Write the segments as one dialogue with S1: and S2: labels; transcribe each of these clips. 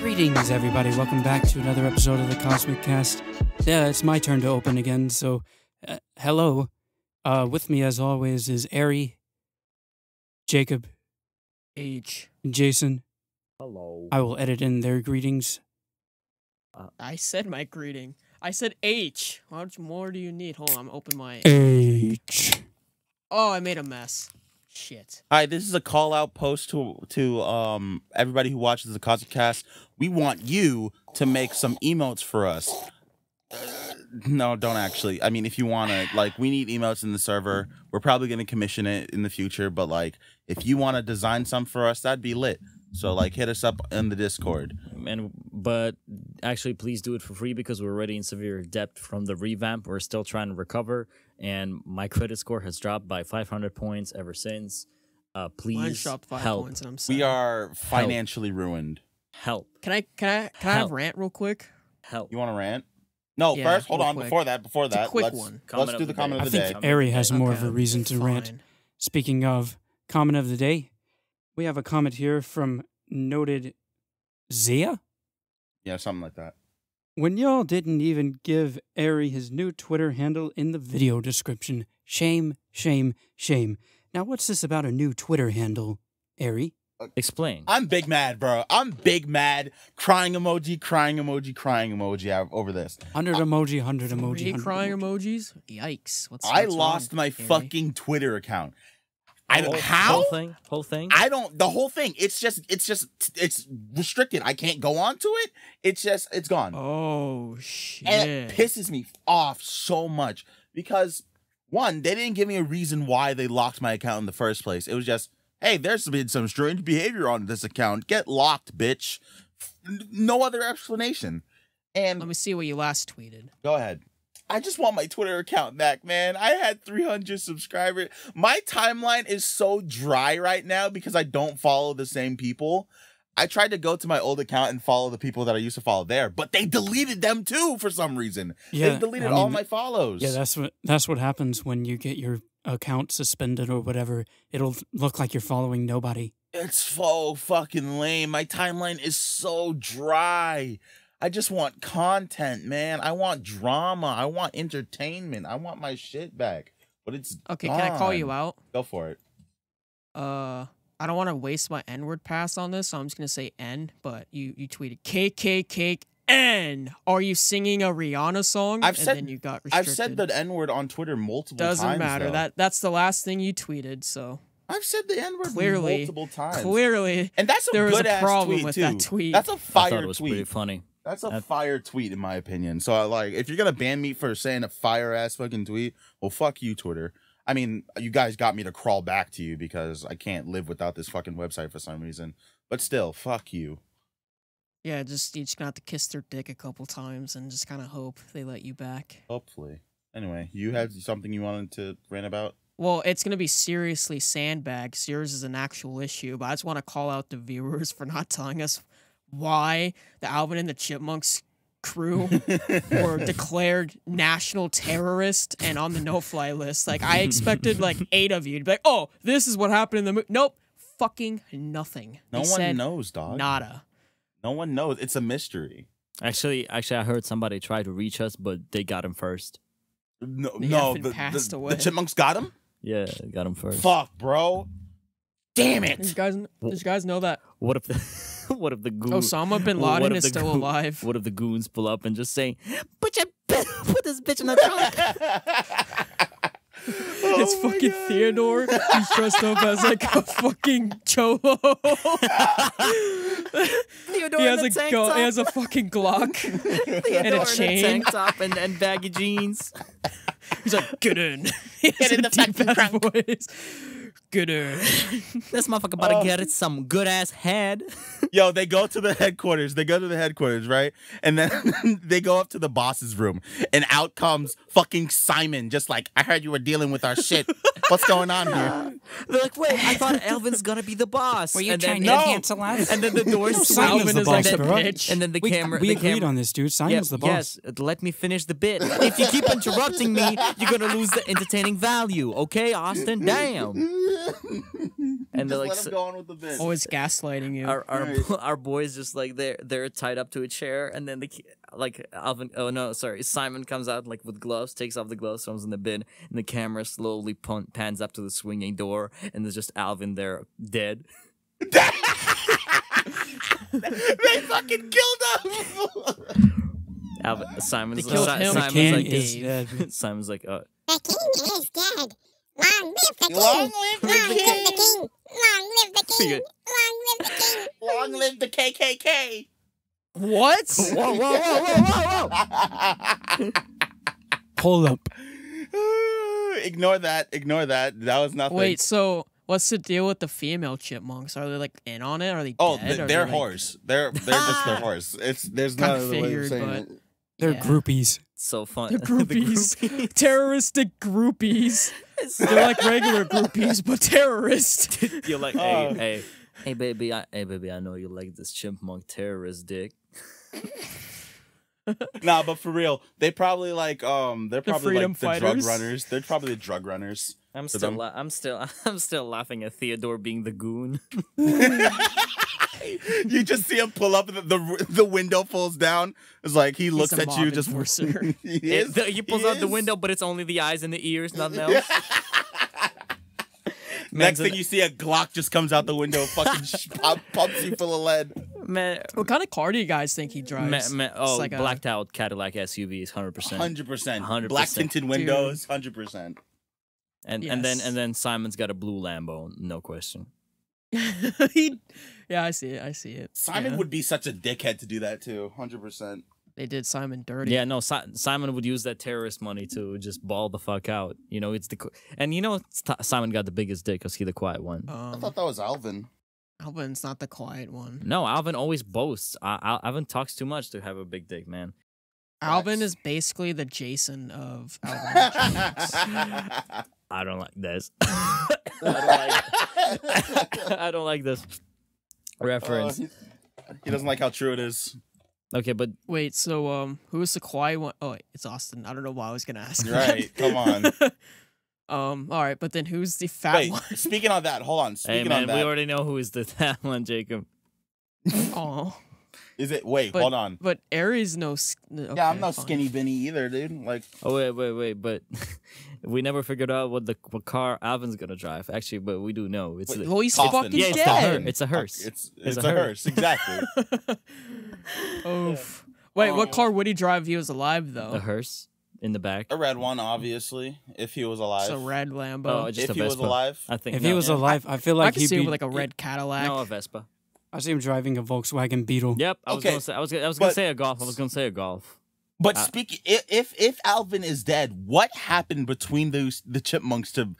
S1: Greetings, everybody. Welcome back to another episode of the Cosmic Cast. Yeah, it's my turn to open again. So, uh, hello. Uh, with me, as always, is Ari, Jacob,
S2: H.
S1: and Jason.
S3: Hello.
S1: I will edit in their greetings.
S2: I said my greeting. I said H. How much more do you need? Hold on, I'm open my.
S1: H.
S2: Oh, I made a mess. Shit.
S4: Hi, this is a call out post to to um everybody who watches the Cosmic Cast. We want you to make some emotes for us. Uh, No, don't actually. I mean, if you want to, like, we need emotes in the server. We're probably going to commission it in the future, but like, if you want to design some for us, that'd be lit. So like, hit us up in the Discord.
S3: And but actually, please do it for free because we're already in severe debt from the revamp. We're still trying to recover, and my credit score has dropped by 500 points ever since. Uh,
S2: Mine
S3: please
S2: dropped five
S3: help,
S2: points, and I'm sad.
S4: We are financially ruined.
S3: help,
S2: Can I? Can I? Can I have
S3: Help.
S2: rant real quick?
S3: help.
S4: You want to rant? No,
S2: Yeah,
S4: first, hold
S2: real
S4: on.
S2: quick.
S4: Before that, before
S2: It's a
S4: that,
S2: quick
S4: let's
S2: one.
S3: Comment
S4: let's
S3: of
S4: do
S3: the
S4: the comment
S3: day.
S4: of
S1: I
S4: the
S1: think
S4: day.
S1: Ari has more of
S2: Okay,
S1: a reason to rant.
S2: fine.
S1: Speaking of comment of the day, we have a comment here from noted Zia.
S4: Yeah, something like that.
S1: When y'all didn't even give Ari his new Twitter handle in the video description. Shame, shame, shame. Now, what's this about a new Twitter handle, Ari?
S3: Explain.
S4: I'm big mad, bro. I'm big mad. Crying emoji, crying emoji, crying emoji av- over this.
S1: 100 emoji, 100 emoji.
S2: Three
S1: 100
S2: crying
S1: emoji.
S2: emojis. Yikes. What's
S4: I
S2: what's
S4: lost
S2: wrong,
S4: my
S2: Harry?
S4: fucking Twitter account. I
S3: whole,
S4: don't how?
S3: Whole thing. Whole thing.
S4: I don't the whole thing. It's just it's just it's restricted. I can't go on to it. It's just it's gone.
S2: Oh shit.
S4: and it pisses me off so much because one, they didn't give me a reason why they locked my account in the first place. It was just, hey, there's been some strange behavior on this account. Get locked, bitch. N- No other explanation. And
S2: Let me see what you last tweeted.
S4: Go ahead. I just want my Twitter account back, man. I had 300 subscribers. My timeline is so dry right now because I don't follow the same people. I tried to go to my old account and follow the people that I used to follow there, but they deleted them too for some reason.
S1: Yeah,
S4: they deleted
S1: I mean,
S4: all my follows.
S1: Yeah, that's what that's what happens when you get your account suspended or whatever. It'll look like you're following nobody.
S4: it's so fucking lame. My timeline is so dry. I just want content, man. I want drama. I want entertainment. I want my shit back. But it's
S2: Okay, can I call you
S4: gone.
S2: out?
S4: Go for it.
S2: Uh, I don't want to waste my N word pass on this, so I'm just gonna say N. But you you tweeted KKKN. Are you singing a Rihanna song?
S4: I've
S2: and
S4: said-
S2: then you got
S4: I've
S2: restricted.
S4: said the N word on Twitter multiple
S2: Doesn't
S4: times.
S2: matter.
S4: though.
S2: That that's the last thing you tweeted. So
S4: I've said the N word
S2: Clearly.
S4: multiple times.
S2: clearly,
S4: And that's a
S2: there was a
S4: good ass
S2: problem
S4: tweet
S2: with
S4: too.
S2: that tweet.
S4: That's a
S3: I thought
S4: fire
S3: it was pretty
S4: tweet.
S3: funny.
S4: That's a
S3: That-
S4: fire tweet in my opinion. So I like if you're gonna ban me for saying a fire ass fucking tweet, well fuck you, Twitter. I mean, you guys got me to crawl back to you because I can't live without this fucking website for some reason. But still, fuck you.
S2: yeah. Just you just gonna have to kiss their dick a couple times and just kind of hope they let you back.
S4: Hopefully. Anyway, you had something you wanted to rant about?
S2: Well, it's gonna be seriously sandbagged. so Yours is an actual issue, but I just want to call out the viewers for not telling us why the Alvin and the Chipmunks crew were declared national terrorist and on the no-fly list. Like I expected, like eight of you to be like, "Oh, this is what happened in the movie." Nope, fucking nothing.
S4: No
S2: They
S4: one
S2: said
S4: knows, dog.
S2: Nada.
S4: No one knows. It's a mystery.
S3: Actually, actually, I heard somebody try to reach us, but they got him first.
S4: No,
S2: The
S4: no,
S2: effing
S4: the,
S2: passed
S4: the,
S2: away.
S4: the chipmunks got him.
S3: Yeah, got him first.
S4: Fuck, bro. Damn
S2: Did you
S4: it.
S2: guys, did you guys know that
S3: What if the what
S2: Oh,
S3: if the goon
S2: Osama bin
S3: what
S2: Laden
S3: if
S2: is
S3: the
S2: still
S3: goo-
S2: alive?
S3: What if the goons pull up and just say, "Put your put this bitch in the trunk"?
S2: it's
S4: Oh my
S2: fucking
S4: God.
S2: Theodore. He's dressed up as like a fucking cholo.
S3: Theodore
S2: he
S3: in
S2: has
S3: the
S2: a
S3: tank
S2: gu-
S3: top.
S2: he has a fucking Glock.
S3: Theodore
S2: and a
S3: in
S2: chain.
S3: tank top and, and baggy jeans.
S2: He's like, get in. He has
S4: Get in
S2: a
S4: the fucking
S2: deep-ass
S4: trunk.
S2: voice. Get in.
S3: This motherfucker about to
S4: Oh.
S3: get it some good ass head.
S4: Yo, they go to the headquarters. They go to the headquarters, right? And then they go up to the boss's room, and out comes fucking Simon, just like, I heard you were dealing with our shit. What's going on here?
S3: They're like, wait, I thought Elvin's gonna be the boss. Were
S1: you
S3: and
S1: trying
S3: then,
S1: to
S4: No.
S1: enhance a life?
S3: And then the door swings.
S1: Simon's
S2: Alvin
S1: the
S2: is
S1: boss,
S2: like a
S3: and,
S1: bro.
S3: then,
S2: bitch.
S3: and then the
S1: we
S3: camera.
S1: we
S3: the
S1: agreed
S3: camera,
S1: on this, dude. Simon's the boss.
S3: Yes, let me finish the bit. If you keep interrupting me, you're gonna lose the entertaining value. Okay, Austin? Damn. and they're like
S4: Just
S3: so-
S4: let him go on with the bit.
S2: Always gaslighting you.
S3: our our,
S4: Right.
S3: our boys just like they're they're tied up to a chair and then the ki- like Alvin oh no sorry Simon comes out like with gloves takes off the gloves throws in the bin and the camera slowly pon- pans up to the swinging door and there's just Alvin there dead
S4: they fucking killed him.
S3: Alvin, Simon's
S2: They killed
S3: Si-
S2: him.
S1: The
S3: Simon's
S1: king
S3: like
S1: is
S2: Dave.
S1: dead.
S3: Simon's like uh,
S5: The king is dead. Long live the king.
S4: Long live
S5: Long live
S4: the
S5: the
S4: king.
S5: king. Long live the king.
S3: Figure-
S5: Long live the king.
S4: Long live the KKK.
S2: what?
S3: whoa whoa whoa whoa whoa whoa
S1: Hold up.
S4: Ignore that. Ignore that. That was nothing.
S2: Wait, so what's the deal with the female chipmunks? Are they like in on it? Are they
S4: Oh,
S2: dead?
S4: th-
S2: Are
S4: they're
S2: they, like-
S4: horse. They're they're just their horse. It's there's no
S2: Kinda
S4: other way of
S2: figured,
S4: saying
S2: but-
S4: it.
S1: They're
S2: Yeah.
S1: groupies.
S3: so fun
S2: They're groupies.
S3: the groupies.
S2: Terroristic groupies. They're like regular groupies, but terrorist.
S3: You're like,
S4: Oh.
S3: hey, hey, hey, baby, I, hey, baby, I know you like this chipmunk terrorist dick.
S4: Nah, but for real, they probably like um they're
S2: The
S4: probably
S2: freedom
S4: like the drug
S2: fighters?
S4: runners. They're probably the drug runners.
S3: I'm
S4: For
S3: still,
S4: them.
S3: la- I'm still, I'm still laughing at Theodore being the goon.
S4: you just see him pull up the, the the window falls down. It's like he looks
S2: a
S4: at
S2: mob
S4: you just
S2: enforcer.
S4: he,
S3: It-
S4: is,
S3: the- he pulls out the
S4: is.
S3: window, but it's only the eyes and the ears, nothing else. Man's
S4: Next thing
S3: an-
S4: you see, a Glock just comes out the window, fucking sh- pump, pumps you full of lead.
S3: man,
S2: what kind of car do you guys think he
S3: ma-
S2: drives?
S3: ma- oh,
S2: like a-
S3: blacked out Cadillac SUV is hundred percent,
S4: Hundred percent,
S3: 100%.
S4: black tinted windows, hundred percent.
S3: and and then
S2: Yes.
S3: and then Simon's got a blue Lambo, no question.
S2: he, yeah, I see it. I see it.
S4: Simon
S2: Yeah.
S4: would be such a dickhead to do that too, hundred percent.
S2: They did Simon dirty.
S3: Yeah, no, si- Simon would use that terrorist money to just ball the fuck out. You know, it's the qu- and you know Sti- Simon got the biggest dick because he the quiet one.
S4: I
S2: Um,
S4: thought that was Alvin.
S2: Alvin's not the quiet one.
S3: No, Alvin always boasts. I, I, Alvin talks too much to have a big dick, man.
S2: Alvin is basically the Jason of Alvin. and the Chipmunks.
S3: I don't like this. I, don't like, I don't like this
S4: Uh,
S3: reference.
S4: he, he doesn't like how true it is.
S3: okay, but
S2: Wait, so um, who's the quiet one? Oh, wait, it's Austin. I don't know why I was gonna ask.
S4: You're
S2: that.
S4: right. Come on.
S2: um, all right, but then who's the fat
S4: Wait,
S2: one?
S4: speaking on that, hold on.
S3: hey,
S4: Speaking
S3: man,
S4: on
S3: we
S4: that,
S3: already know who is the that one, Jacob.
S2: Oh,
S4: is it? Wait,
S2: but-
S4: hold on.
S2: but Aries no. s- no- okay,
S4: yeah, I'm no
S2: fine.
S4: skinny Benny either, dude. Like,
S3: Oh wait, wait, wait, but we never figured out what the what car Alvin's gonna drive. Actually, but we do know it's
S4: Wait,
S3: the,
S2: Well, he's
S4: Coffin.
S2: fucking
S3: yeah, it's, the
S2: dead.
S3: her, it's a hearse.
S4: it's
S3: It's
S4: it's,
S3: a
S4: a,
S3: her.
S4: hearse, exactly.
S2: Oof. Wait,
S4: Oh.
S2: what car would he drive if he was alive though?
S3: a hearse in the back.
S4: a red one, obviously. If he was alive,
S2: It's a red Lambo.
S3: Oh, it's just
S4: if
S3: a
S4: he
S3: Vespa.
S4: was alive,
S3: I think
S1: If
S3: no,
S1: he was alive, I feel like
S2: I can
S1: he'd
S2: see
S1: be
S2: him with like a red Cadillac.
S3: no a Vespa.
S1: I see him driving a Volkswagen Beetle.
S3: Yep, I was
S4: Okay,
S3: gonna say I was gonna, I was gonna
S4: but-
S3: say a golf. I was gonna say a golf.
S4: but
S3: Uh,
S4: speak if, if if Alvin is dead, what happened between those the chipmunks to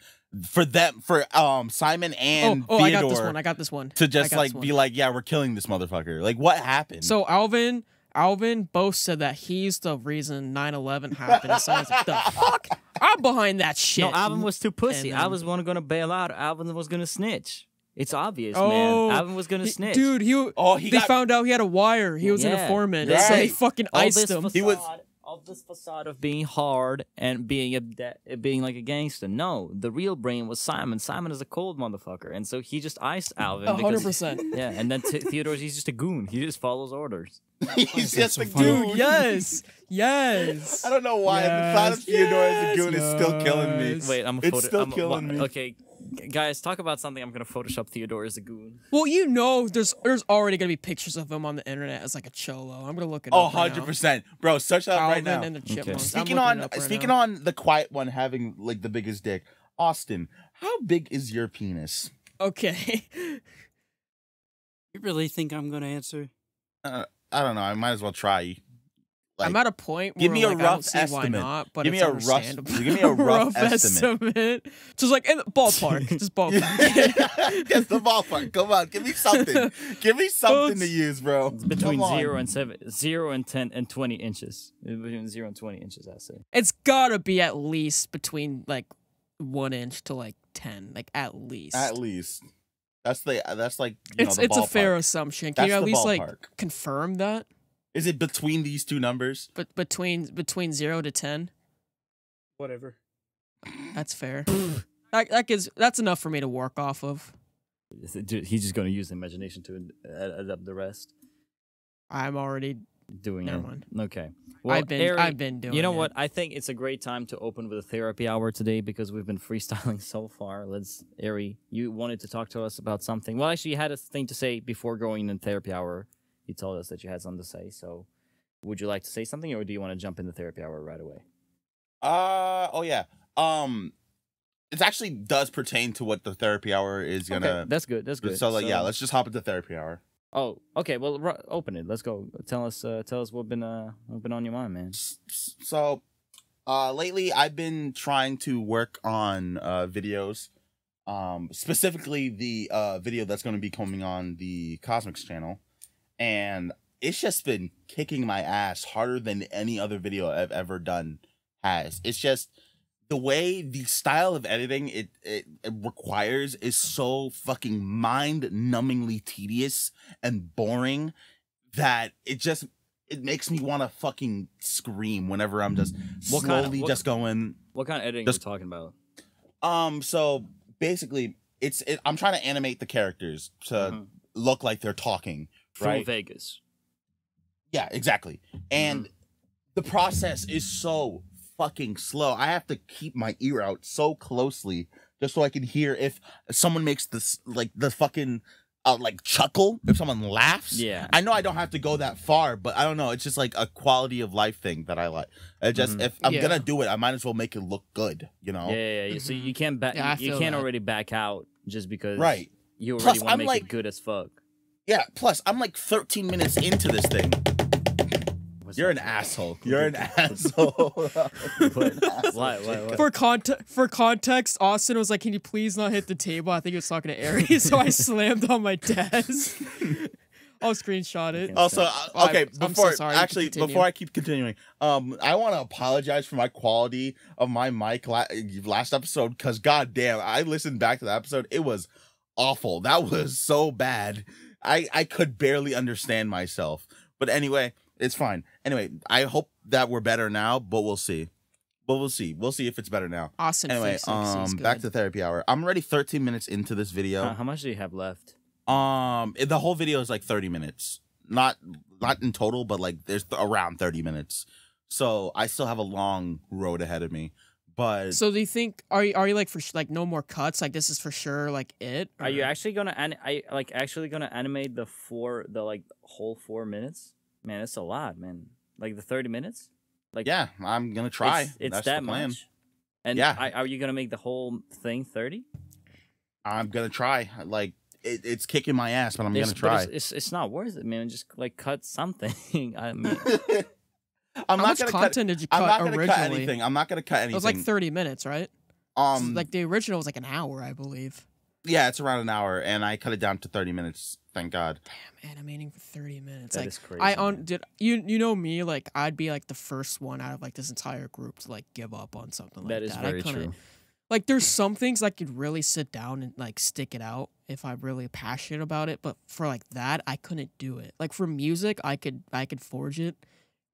S4: for them for um Simon and
S2: oh, oh, I
S4: Theodore
S2: got this one. I got this one.
S4: to
S2: I
S4: just
S2: got
S4: like
S2: this
S4: be
S2: one.
S4: like, yeah, we're killing this motherfucker. Like, what happened?
S2: So Alvin, Alvin both said that he's the reason 9/11 happened. And Simon's like, the fuck? I'm behind that shit.
S3: No, Alvin was too pussy.
S2: And
S3: I
S2: then-
S3: was one gonna bail out. Alvin was gonna snitch. It's obvious,
S2: Oh,
S3: man. Alvin was gonna
S2: He-
S3: snitch.
S2: Dude, he
S4: Oh, he
S2: they
S4: got-
S2: found out he had a wire. He was an
S3: Yeah.
S2: informant, and so they
S4: Right.
S2: fucking
S3: all
S2: iced
S3: this
S2: him.
S3: facade,
S4: He was-
S3: all this facade of being hard and being a de- being like a gangster. No, the real brain was Simon. Simon is a cold motherfucker, and so he just iced Alvin.
S2: A hundred
S3: because-
S2: percent.
S3: Yeah, and then T- Theodore, he's just a goon. He just follows orders.
S4: he's just
S1: so
S4: a
S1: funny.
S4: dude.
S2: Yes, yes.
S4: I don't know why the thought of
S2: Yes,
S4: Theodore as a
S2: yes,
S4: goon is still killing me.
S2: yes.
S3: Wait, I'm a
S4: It's
S3: photo-
S4: still
S3: I'm a-
S4: killing
S3: wha-
S4: me.
S3: Okay, g- guys, talk about something. I'm gonna Photoshop Theodore as a goon.
S2: Well, you know, there's there's already gonna be pictures of him on the internet as like a cholo. I'm gonna look it
S4: Oh,
S2: up. right now.
S4: 100%. Bro, search that up right
S2: Alvin
S4: now.
S2: and the Chipmunks. I'm
S4: Speaking
S2: looking
S4: on
S2: it up right
S4: speaking
S2: now.
S4: on the quiet one having like the biggest dick, Austin, how big is your penis?
S2: Okay.
S1: You really think I'm gonna answer?
S4: Uh, I don't know. I might as well try. Like,
S2: I'm at a point where
S4: give me a
S2: like, I
S4: rough
S2: don't see why
S4: estimate.
S2: not, but
S4: Give me
S2: it's
S4: a rough-
S2: understandable.
S4: give me a rough estimate.
S2: estimate. Just like in the ballpark, just ballpark.
S4: That's the ballpark. Come on, give me something. Give me something to
S2: it's-
S4: use, bro.
S3: It's between
S4: Oh, Come on.
S3: zero and seven, zero and ten, and twenty inches. Uh, Between zero and twenty inches, I say.
S2: it's gotta be at least between like one inch to like ten, like at least.
S4: at least. That's the that's like you
S2: it's
S4: know, the
S2: it's a fair
S4: ballpark.
S2: assumption. Can
S4: That's
S2: you at
S4: the
S2: least like
S4: ballpark.
S2: confirm that?
S4: Is it between these two numbers?
S2: But between between zero to ten,
S3: Whatever.
S2: that's fair. that that gives that's enough for me to work off of.
S3: Dude, He's just going to use the imagination to add, add up the rest.
S2: I'm already.
S3: Doing
S2: Never
S3: it.
S2: mind.
S3: Okay. Well,
S2: I've been.
S3: Ari,
S2: I've been doing.
S3: You know
S2: it.
S3: what? I think it's a great time to open with a therapy hour today because we've been freestyling so far. Let's, Ari, you wanted to talk to us about something. Well, actually, you had a thing to say before going in therapy hour. You told us that you had something to say. So, would you like to say something, or do you want to jump into therapy hour right away?
S4: Uh oh yeah. Um it actually does pertain to what the therapy hour is
S3: okay,
S4: gonna
S3: that's good. That's good.
S4: so like yeah, let's just hop into therapy hour.
S3: Oh, okay. Well, ru- open it. Let's go. Tell us. Uh, tell us what been uh what been on your mind, man.
S4: S- s- So uh lately I've been trying to work on uh videos. Um specifically the uh video that's gonna be coming on the Cosmics channel. And it's just been kicking my ass harder than any other video I've ever done has. It's just the way the style of editing it, it, it requires is so fucking mind numbingly tedious and boring that it just it makes me want to fucking scream whenever I'm just
S3: What kind
S4: slowly
S3: of- what-
S4: just going
S3: What kind of editing
S4: Just-
S3: are we talking about?
S4: um so basically it's it, I'm trying to animate the characters to
S3: Mhm.
S4: look like they're talking
S3: Full
S4: right?
S3: Vegas.
S4: Yeah, exactly. And
S3: Mm-hmm.
S4: the process is so fucking slow. I have to keep my ear out so closely just so I can hear if someone makes this like the fucking uh, like chuckle if someone laughs.
S3: Yeah.
S4: I know I don't have to go that far, but I don't know. It's just like a quality of life thing that I like. I just
S3: Mhm.
S4: if I'm
S2: Yeah.
S4: gonna do it, I might as well make it look good. You know.
S3: Yeah, yeah, yeah. So you can't back.
S2: Yeah, I
S3: you
S2: feel
S3: can't
S2: that.
S3: already back out just because
S4: Right.
S3: You
S4: Plus,
S3: already want to
S4: I'm
S3: make
S4: like-
S3: it good as fuck.
S4: Yeah. Plus, I'm like 13 minutes into this thing.
S3: What's
S4: You're an
S3: that?
S4: asshole. You're an asshole.
S3: What? What? What? what?
S2: For context, for context, Austin was like, "Can you please not hit the table?" I think he was talking to Aries, so I slammed on my desk. I'll screenshot it.
S3: Okay.
S4: Also,
S3: So-
S4: I-
S2: Oh, I'm-
S4: okay,
S2: I'm so
S4: before
S2: sorry, you
S4: actually
S2: continue.
S4: before I keep continuing, um, I want to apologize for my quality of my mic la- last episode because goddamn, I listened back to the episode. It was awful. That was so bad. I I could barely understand myself. But anyway, it's fine. Anyway, I hope that we're better now, but we'll see. But we'll see. We'll see if it's better now.
S2: Austin,
S4: Anyway,
S2: fix it, 'cause he's
S4: um, back
S2: good. Uh-huh.
S4: to therapy hour. I'm already 13 minutes into this video.
S3: How, how much do you have left?
S4: Um, it- the whole video is like thirty minutes. Not not in total, but like there's th- around thirty minutes. So I still have a long road ahead of me. But
S2: So do you think are you are you like for sh- like no more cuts? Like this is for sure like it?
S3: Are you
S2: Or-
S3: actually gonna an- are you, like actually gonna animate the four the like whole four minutes? Man, that's a lot, man. Like the thirty minutes. Like
S4: yeah, I'm gonna try.
S3: It's, it's
S4: That's
S3: that
S4: the plan.
S3: much. And
S4: Yeah.
S3: I, are you gonna make the whole thing thirty?
S4: I'm gonna try. Like it, it's kicking my ass, but I'm
S3: it's,
S4: gonna
S3: but
S4: try.
S3: It's, it's, it's not worth it, man. Just like cut something. I mean,
S4: I'm
S2: How
S4: not
S2: much
S4: gonna
S2: content
S4: cut.
S2: did you cut
S4: I'm not gonna
S2: originally?
S4: cut anything. I'm not gonna cut anything.
S2: It was like thirty minutes, right? So,
S4: um,
S2: like the original was like an hour, I believe.
S4: yeah, it's around an hour, and I cut it down to thirty minutes. Thank God.
S2: Damn, animating for thirty minutes.
S3: That
S2: like
S3: is crazy,
S2: I on
S3: man.
S2: did you you know me like I'd be like the first one out of like this entire group to like give up on something like
S3: that
S2: that.
S3: is
S2: I
S3: very
S2: couldn't-
S3: true.
S2: Like there's some things I could really sit down and like stick it out if I'm really passionate about it, but for like that I couldn't do it. Like for music I could I could forge it,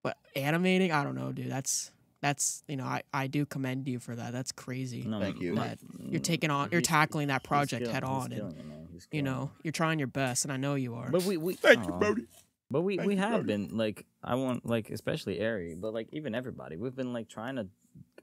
S2: but animating I don't know, dude. That's that's you know I I do commend you for that. That's crazy.
S3: No,
S4: Thank you.
S3: my-
S2: You're taking on you're
S3: He's-
S2: tackling that
S3: he's
S2: project
S3: killing-
S2: head
S3: he's
S2: on and
S3: killing it, man. He's
S2: you
S3: killing it.
S2: know you're trying your best and I know you are.
S3: But we we
S4: Thank you,
S3: aw.
S4: Brody.
S3: But we
S4: Thank
S3: we
S4: you,
S3: have
S4: Brody.
S3: been like I want like especially Ari, but like even everybody, we've been like trying to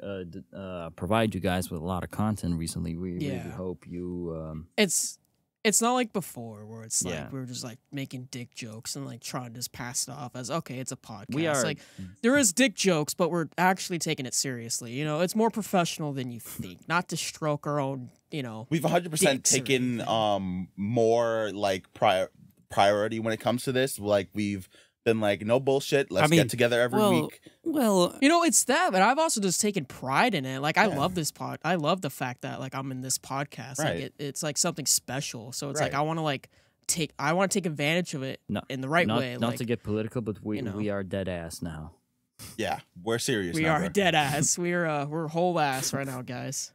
S3: uh, d- uh provide you guys with a lot of content recently. We really
S2: Yeah.
S3: hope you um
S2: it's it's not like before where it's like
S3: Yeah.
S2: we were just like making dick jokes and like trying to just pass it off as okay, it's a podcast.
S3: we are Mm.
S2: like there is dick jokes, but we're actually taking it seriously. You know, it's more professional than you think. Not to stroke our own, you know.
S4: We've 100%
S2: dicks or
S4: taken
S2: anything.
S4: um more like prior priority when it comes to this. Like we've been like no bullshit, let's
S1: mean,
S4: get together every
S1: well,
S4: week.
S1: Well,
S2: You know, it's that, but I've also just taken pride in it. Like I
S4: Yeah.
S2: love this pod. I love the fact that like I'm in this podcast.
S4: Right.
S2: Like it, it's like something special. So it's like
S4: Right.
S2: I want to like take. I want to take advantage of it
S3: No-
S2: in the right
S3: not,
S2: way.
S3: not
S2: like,
S3: to get political, but we
S2: you know.
S3: we are dead ass now.
S4: Yeah, we're serious.
S2: We
S4: now,
S2: are
S4: bro.
S2: dead ass. We're uh, we're whole ass right now, guys.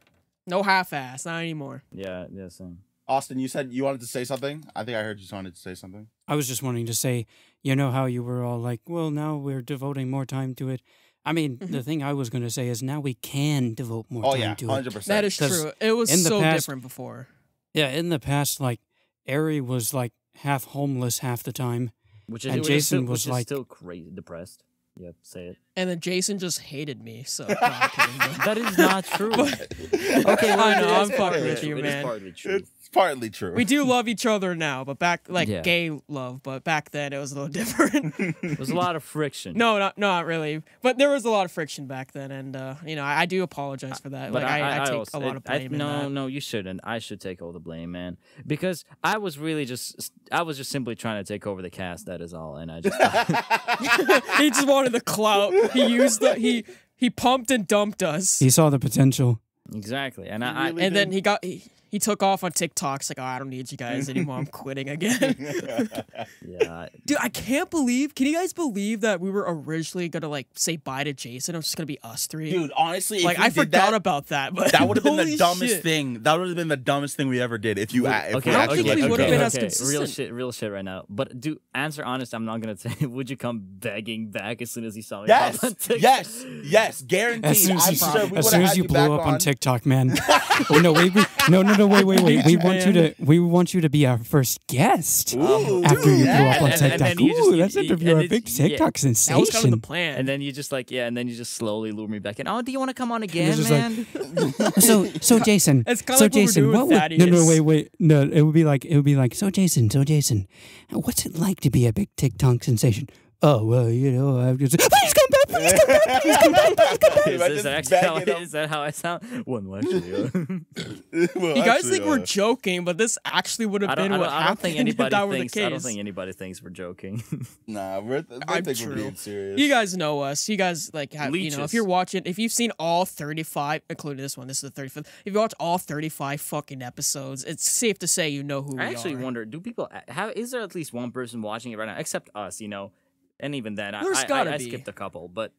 S2: No half ass, not anymore.
S3: Yeah, yeah, same.
S4: Austin, you said you wanted to say something? I think I heard you wanted to say something.
S1: I was just wanting to say, you know how you were all like, well, now we're devoting more time to it. I mean, the thing I was going to say is now we can devote more
S4: Mm-hmm. Oh
S1: time
S4: yeah,
S1: to it.
S4: 100%.
S2: That is
S1: 'Cause
S2: true. It was
S1: in the
S2: so
S1: past-
S2: different before.
S1: Yeah, in the past, like Ari was like half homeless half the time.
S3: Which
S1: And
S3: which
S1: Jason
S3: still,
S1: was
S3: which
S1: like-
S3: is still crazy depressed. Yep, say it.
S2: And then Jason just hated me. So no, I'm kidding, but-
S3: That is not true.
S2: okay,
S4: well,
S2: I
S4: it
S2: know
S4: is
S2: I'm
S4: partly
S2: fucking with
S4: true,
S2: you,
S3: It is
S2: man.
S3: partly true.
S4: It's partly true.
S2: We do love each other now, but back like
S3: Yeah.
S2: gay love, but back then it was a little different.
S3: There's a lot of friction.
S2: no, not not really, but there was a lot of friction back then, and uh, you know I, I do apologize for that.
S3: But
S2: Uh, like
S3: I, I, I
S2: take
S3: also-
S2: a lot
S3: it-
S2: of
S3: I-
S2: blame. in
S3: no,
S2: that.
S3: no, you shouldn't. I should take all the blame, man. Because I was really just, I was just simply trying to take over the cast. That is all. And I just,
S2: he just wanted the clout. He used the he he pumped and dumped us,
S1: He saw the potential.
S3: exactly. And I, I,
S4: really
S2: and then he got he, he took off on TikToks like, oh, I don't need you guys anymore. I'm quitting again.
S3: yeah, I-
S2: Dude, I can't believe. Can you guys believe that we were originally gonna like say bye to Jason? It was just gonna be us three.
S4: Dude, honestly, if
S2: like
S4: you
S2: I
S4: did
S2: forgot
S4: that,
S2: about that. But
S4: That would have been
S2: holy
S4: the dumbest
S2: shit.
S4: thing. That would have been the dumbest thing we ever did. If you, if
S3: okay,
S4: we
S2: I don't
S4: actually
S2: think we
S4: let you
S2: would've
S4: go.
S2: been as
S3: Real
S2: consistent.
S3: shit, real shit right now. But do answer honest. I'm not gonna say. Would you come begging back as soon as you saw me? pop on
S4: Yes,
S3: TikTok?
S4: yes, yes, guaranteed.
S1: As soon as
S4: I
S1: you,
S4: swear we
S1: as
S4: would've
S1: soon as
S4: had
S1: you blew
S4: back
S1: up on,
S4: on
S1: TikTok, man. oh, no, wait, wait, no, no, no, wait, wait, wait. We want you to, we want you to be our first guest
S4: Ooh,
S1: um, after you blew up
S3: yeah.
S1: on
S3: And- and- and
S1: TikTok.
S3: then you just-
S1: Ooh, that's
S3: you-
S1: interview
S3: and
S1: a
S3: it-
S1: big
S3: yeah.
S1: TikTok
S2: That was kind of the
S1: sensation.
S2: plan.
S3: And then you just like, yeah, and then you just slowly lure me back in. Oh, do you want to come on
S1: It was
S3: again,
S1: just like-
S3: man?
S1: so, so Jason,
S2: It's kinda
S1: so
S2: like what we're
S1: Jason,
S2: doing
S1: what would no,
S2: with
S1: no,
S2: Thaddeus.
S1: wait, wait, no, it would be like, it would be like, so Jason, so Jason, what's it like to be a big TikTok sensation? Oh well, you know, I've just please come back, please come back.
S3: is,
S4: Imagine
S3: this
S4: just
S3: actually how,
S4: banging
S3: is that how I sound? One well, actually. uh,
S4: Well,
S2: you guys
S4: actually,
S2: think we're
S4: uh,
S2: joking, but this actually would
S3: I
S2: have
S3: don't,
S2: been
S3: I don't,
S2: what
S3: I don't think
S2: happened if
S3: anybody
S2: that were
S3: thinks.
S2: the case.
S3: I don't think anybody thinks we're joking.
S4: nah, we're, I
S2: I'm
S4: think we're
S2: true.
S4: being serious.
S2: you guys know us. You guys like have, you know if
S3: Leeches.
S2: you're watching, if you've seen all 35, including this one, this is the 35th. If you watch all 35 fucking episodes, it's safe to say you know who
S3: I
S2: we
S3: actually
S2: are.
S3: wonder: Do people a- have? Is there at least one person watching it right now, except us? You know, and even then, I-
S2: There's
S3: I, I,
S2: gotta
S3: I
S2: be.
S3: skipped a couple. But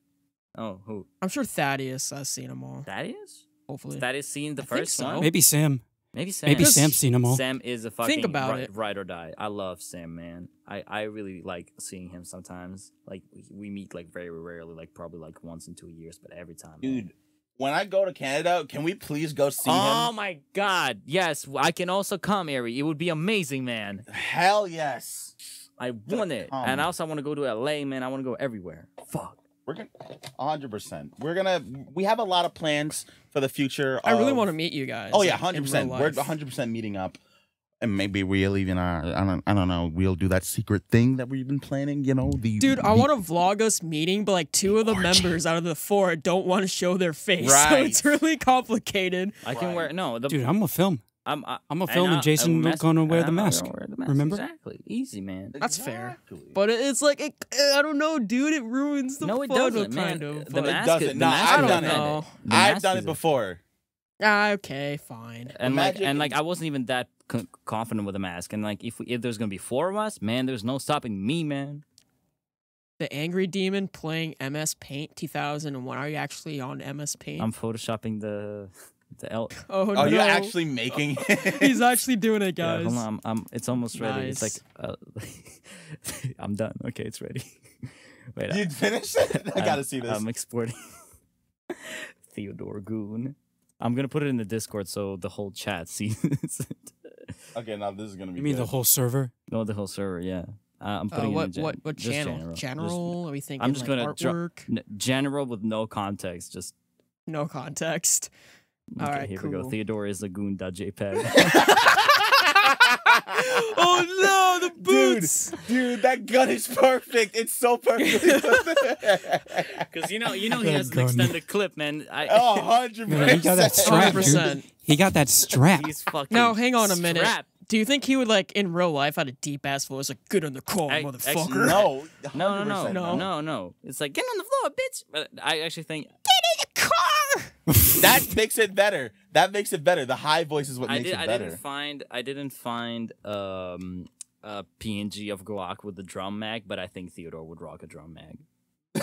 S3: oh, who?
S2: I'm sure Thaddeus has seen them all.
S3: That is.
S2: Hopefully,
S3: That is seen the
S2: I think
S3: first
S2: so.
S3: one.
S1: Maybe Sam,
S3: Maybe Sam.
S1: maybe
S2: Just-
S1: Sam's seen them all.
S3: Sam is a fucking
S2: about
S3: ri-
S2: it.
S3: ride or die. I love Sam, man. I, I really like seeing him sometimes. Like we- we meet like very rarely, like probably like once in two years, but every time. man.
S4: dude. When I go to Canada, can we please go see
S2: um,
S3: oh
S4: him?
S3: my god. Yes, I can also come, Ari. It would be amazing, man.
S4: Hell yes.
S3: I want it.
S4: come.
S3: And I also want to go to LA, man. I want to go everywhere. Fuck.
S4: We're gonna, hundred percent. We're gonna. We have a lot of plans for the future.
S2: I really
S4: of-
S2: want to meet you guys.
S4: um, Oh yeah,
S2: like, in
S4: hundred
S2: real
S4: percent. We're
S2: life.
S4: hundred percent meeting up, and maybe we'll even. Uh, I don't. I don't know. We'll do that secret thing that we've been planning. You know the
S2: Dude, I
S4: the-
S2: want to vlog us meeting, but like two of the members out of the four don't want to show their face, so
S4: Right.
S2: it's really complicated.
S3: I can wear no. The,
S1: Dude, I'm gonna film.
S3: I'm I,
S1: I'm gonna
S3: and
S1: film
S3: I-
S1: and Jason
S3: mask-
S1: gonna wear
S3: and
S1: the
S3: I'm
S1: mask.
S3: gonna wear the
S1: Remember?
S3: Exactly. Easy, man.
S2: That's fair.
S4: Exactly.
S2: But it- it's like it, I don't know, dude. It ruins the
S3: No,
S2: fun
S3: it
S2: of
S3: doesn't,
S2: kind
S3: man.
S2: of.
S3: The
S2: but-
S3: mask
S4: doesn't.
S3: is- the
S4: No,
S3: mask
S4: I've
S3: is
S4: done it.
S3: offended. The
S4: I've
S3: mask
S4: done
S3: is
S4: it before.
S2: Ah, okay, fine.
S3: and like
S4: Imagine-
S3: and like I wasn't even that con- confident with the mask. And like if we, if there's gonna be four of us, man, there's no stopping me, man.
S2: The angry demon playing MS Paint 2001. Are you actually on MS Paint?
S3: I'm photoshopping the the L.
S2: oh no,
S4: Oh, you're actually making.
S2: he's actually doing it,
S3: Yeah,
S2: guys.
S3: hold on, I'm, I'm- it's almost ready.
S2: Nice.
S3: It's like uh, I'm done. Okay, it's ready. Wait,
S4: you finished it? I
S3: I'm-
S4: gotta see this.
S3: I'm um, exporting Theodore Goon. I'm gonna put it in the Discord so the whole chat sees it.
S4: okay, now this is gonna be.
S1: You mean
S4: good.
S1: the whole server?
S3: No, the whole server. Yeah, uh, I'm
S2: Uh,
S3: putting it in
S2: what
S3: the gen-
S2: what what
S3: just
S2: channel?
S3: General.
S2: General?
S3: Just
S2: Are we thinking?
S3: I'm just
S2: like,
S3: gonna dro-
S2: artwork.
S3: n- general with no context. Just
S2: no context. All
S3: okay,
S2: right,
S3: here we go.
S2: cool.
S3: Theodore is a goon. dot JPEG.
S2: oh no, the
S4: Dude,
S2: boots.
S4: dude, that gun is perfect. It's so perfect.
S3: Because you know, you know,
S1: he
S3: he
S1: That
S3: has
S1: has an
S3: an
S1: gun. extended
S3: extended clip, man. I,
S4: oh, 100
S1: No, no, he got that strap, dude.
S2: 100%.
S1: He got that strap.
S3: he's fucking.
S2: Now hang on a minute.
S3: strapped.
S2: Do you think he would like in real life had a deep ass voice like good on the call,
S3: I-
S2: motherfucker?
S4: No,
S3: No, no, no,
S4: 100%
S2: no.
S3: no, no. It's like get on the floor, bitch. But I actually think
S4: That makes it better. That makes it better. The high voice is what
S3: I
S4: makes
S3: did.
S4: it
S3: I
S4: better.
S3: didn't find. I didn't find um a PNG of Glock with the drum mag, but I think Theodore would rock a drum mag.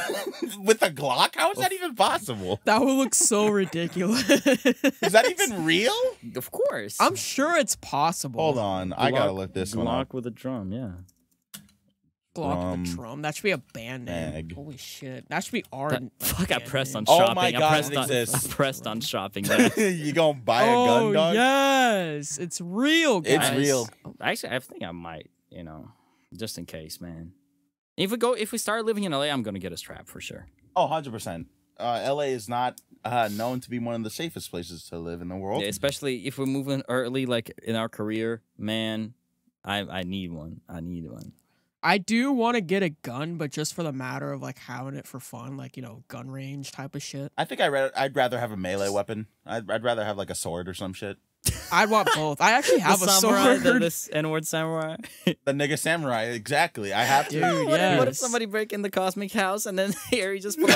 S4: With a Glock? How is that even possible?
S2: That would look so ridiculous.
S4: Is that even real?
S3: Of course.
S2: I'm sure it's possible.
S4: Hold on, I gotta
S3: Glock-
S4: look this
S3: Glock
S4: one up.
S3: with a drum. Yeah.
S2: Glock
S4: Drum.
S2: the drum. That should be a band name.
S4: Bag.
S2: Holy shit. That should be our.
S3: That-
S2: n- like,
S3: fuck, I
S2: band
S3: pressed on
S2: name.
S4: Oh
S3: shopping.
S4: my
S3: I
S4: God,
S3: pressed
S4: it
S3: on.
S4: exists.
S3: I pressed on shopping.
S4: you gonna buy a
S2: Oh
S4: gun, dog?
S2: yes, it's real,
S4: It's
S2: guys.
S4: real.
S3: Actually, I think I might. You know, just in case, man. If we go, if we start living in LA, I'm gonna get us trapped for sure.
S4: Oh, 100 percent. Uh, LA is not uh, known to be one of the safest places to live in the world.
S3: Yeah, especially if we're moving early, like in our career, man. I I need one. I need one.
S2: I do want to get a gun, but just for the matter of like having it for fun, like you know, gun range type of shit.
S4: I think I read. I'd rather have a melee weapon. I'd, I'd rather have like a sword or some shit.
S2: I'd want both. I actually have
S3: the
S2: a
S3: samurai,
S2: sword.
S3: The, this N-word samurai.
S4: The nigga samurai, exactly. I have to.
S2: Dude, Oh,
S3: what, if, what if
S2: yes.
S3: somebody break in the cosmic house and then Harry just pulls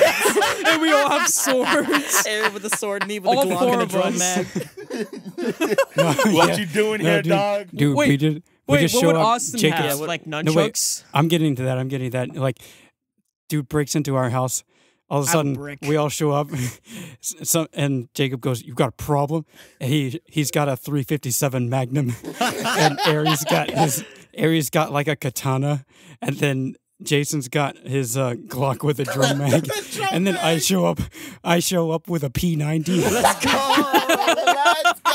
S3: out
S2: and we all have swords.
S3: Harry with the sword, me with
S2: All
S3: the Glock
S2: four
S3: and the
S2: of
S3: drum
S2: us.
S3: mag.
S4: what
S1: Yeah.
S4: you doing
S1: No,
S4: here,
S1: dude.
S4: dog?
S1: Dude, we
S2: Wait,
S1: did. We
S2: Wait,
S1: just
S2: what
S1: show
S2: would
S1: up.
S2: Austin
S1: Jacob,
S2: have?
S3: what-
S2: like
S1: no, wait.
S2: nunchucks?
S1: I'm getting to that. I'm getting to that. Like, dude breaks into our house. All of a
S2: Out of
S1: sudden,
S2: brick.
S1: we all show up. S- Some and Jacob goes, "You've got a problem." And he he's got a 357 Magnum, and Aries got his Aries got like a katana, and then Jason's got his uh, Glock with a drum mag, and then I show up, I show up with a P90.
S4: Let's go. Let's go.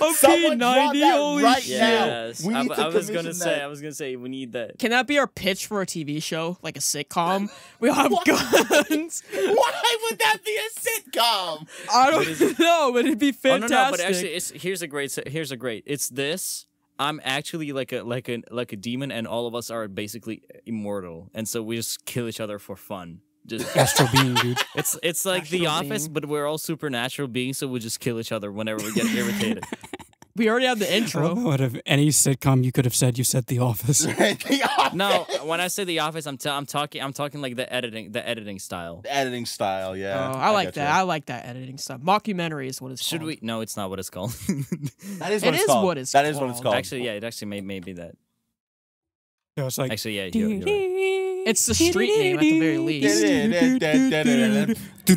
S2: A
S4: Someone draw
S2: P90,
S4: that
S2: holy
S4: right
S2: shit.
S4: now.
S3: Yes,
S4: We
S3: I,
S4: need
S3: I was
S4: commission
S3: gonna say, I
S4: that.
S3: was gonna say, we need that.
S2: Can that be our pitch for a TV show, like a sitcom? We all have guns.
S4: Why would that be a sitcom?
S2: I don't know, but it'd be
S3: Oh
S2: fantastic.
S3: no, no, but actually, it's here's a great, se- here's a great. It's this. I'm actually like a like a like a demon, and all of us are basically immortal, and so we just kill each other for fun. Just
S1: Astral being, dude.
S3: it's it's like The
S2: Natural
S3: Office,
S2: being.
S3: but we're all supernatural beings, so we just kill each other whenever we get irritated.
S2: we already have the
S1: I don't
S2: intro.
S1: know out of any sitcom you could have said, you said The Office.
S4: The office.
S3: No, when I say the office, I'm, t- I'm talking I'm talking like the editing the editing style.
S4: Editing style,
S2: Oh,
S4: yeah.
S2: I like
S4: gotcha.
S2: that. I like that editing stuff. Mockumentary is what it's
S3: Should
S2: called.
S3: we? No, it's not what it's called.
S4: That is what
S2: It
S4: it's
S2: is
S4: called.
S2: what it's
S4: That is what it's
S2: called.
S4: called.
S3: actually, yeah, it actually may may be that.
S1: So it's like,
S3: Actually, yeah, you're, you're right.
S2: It's the street name at the very least.
S4: the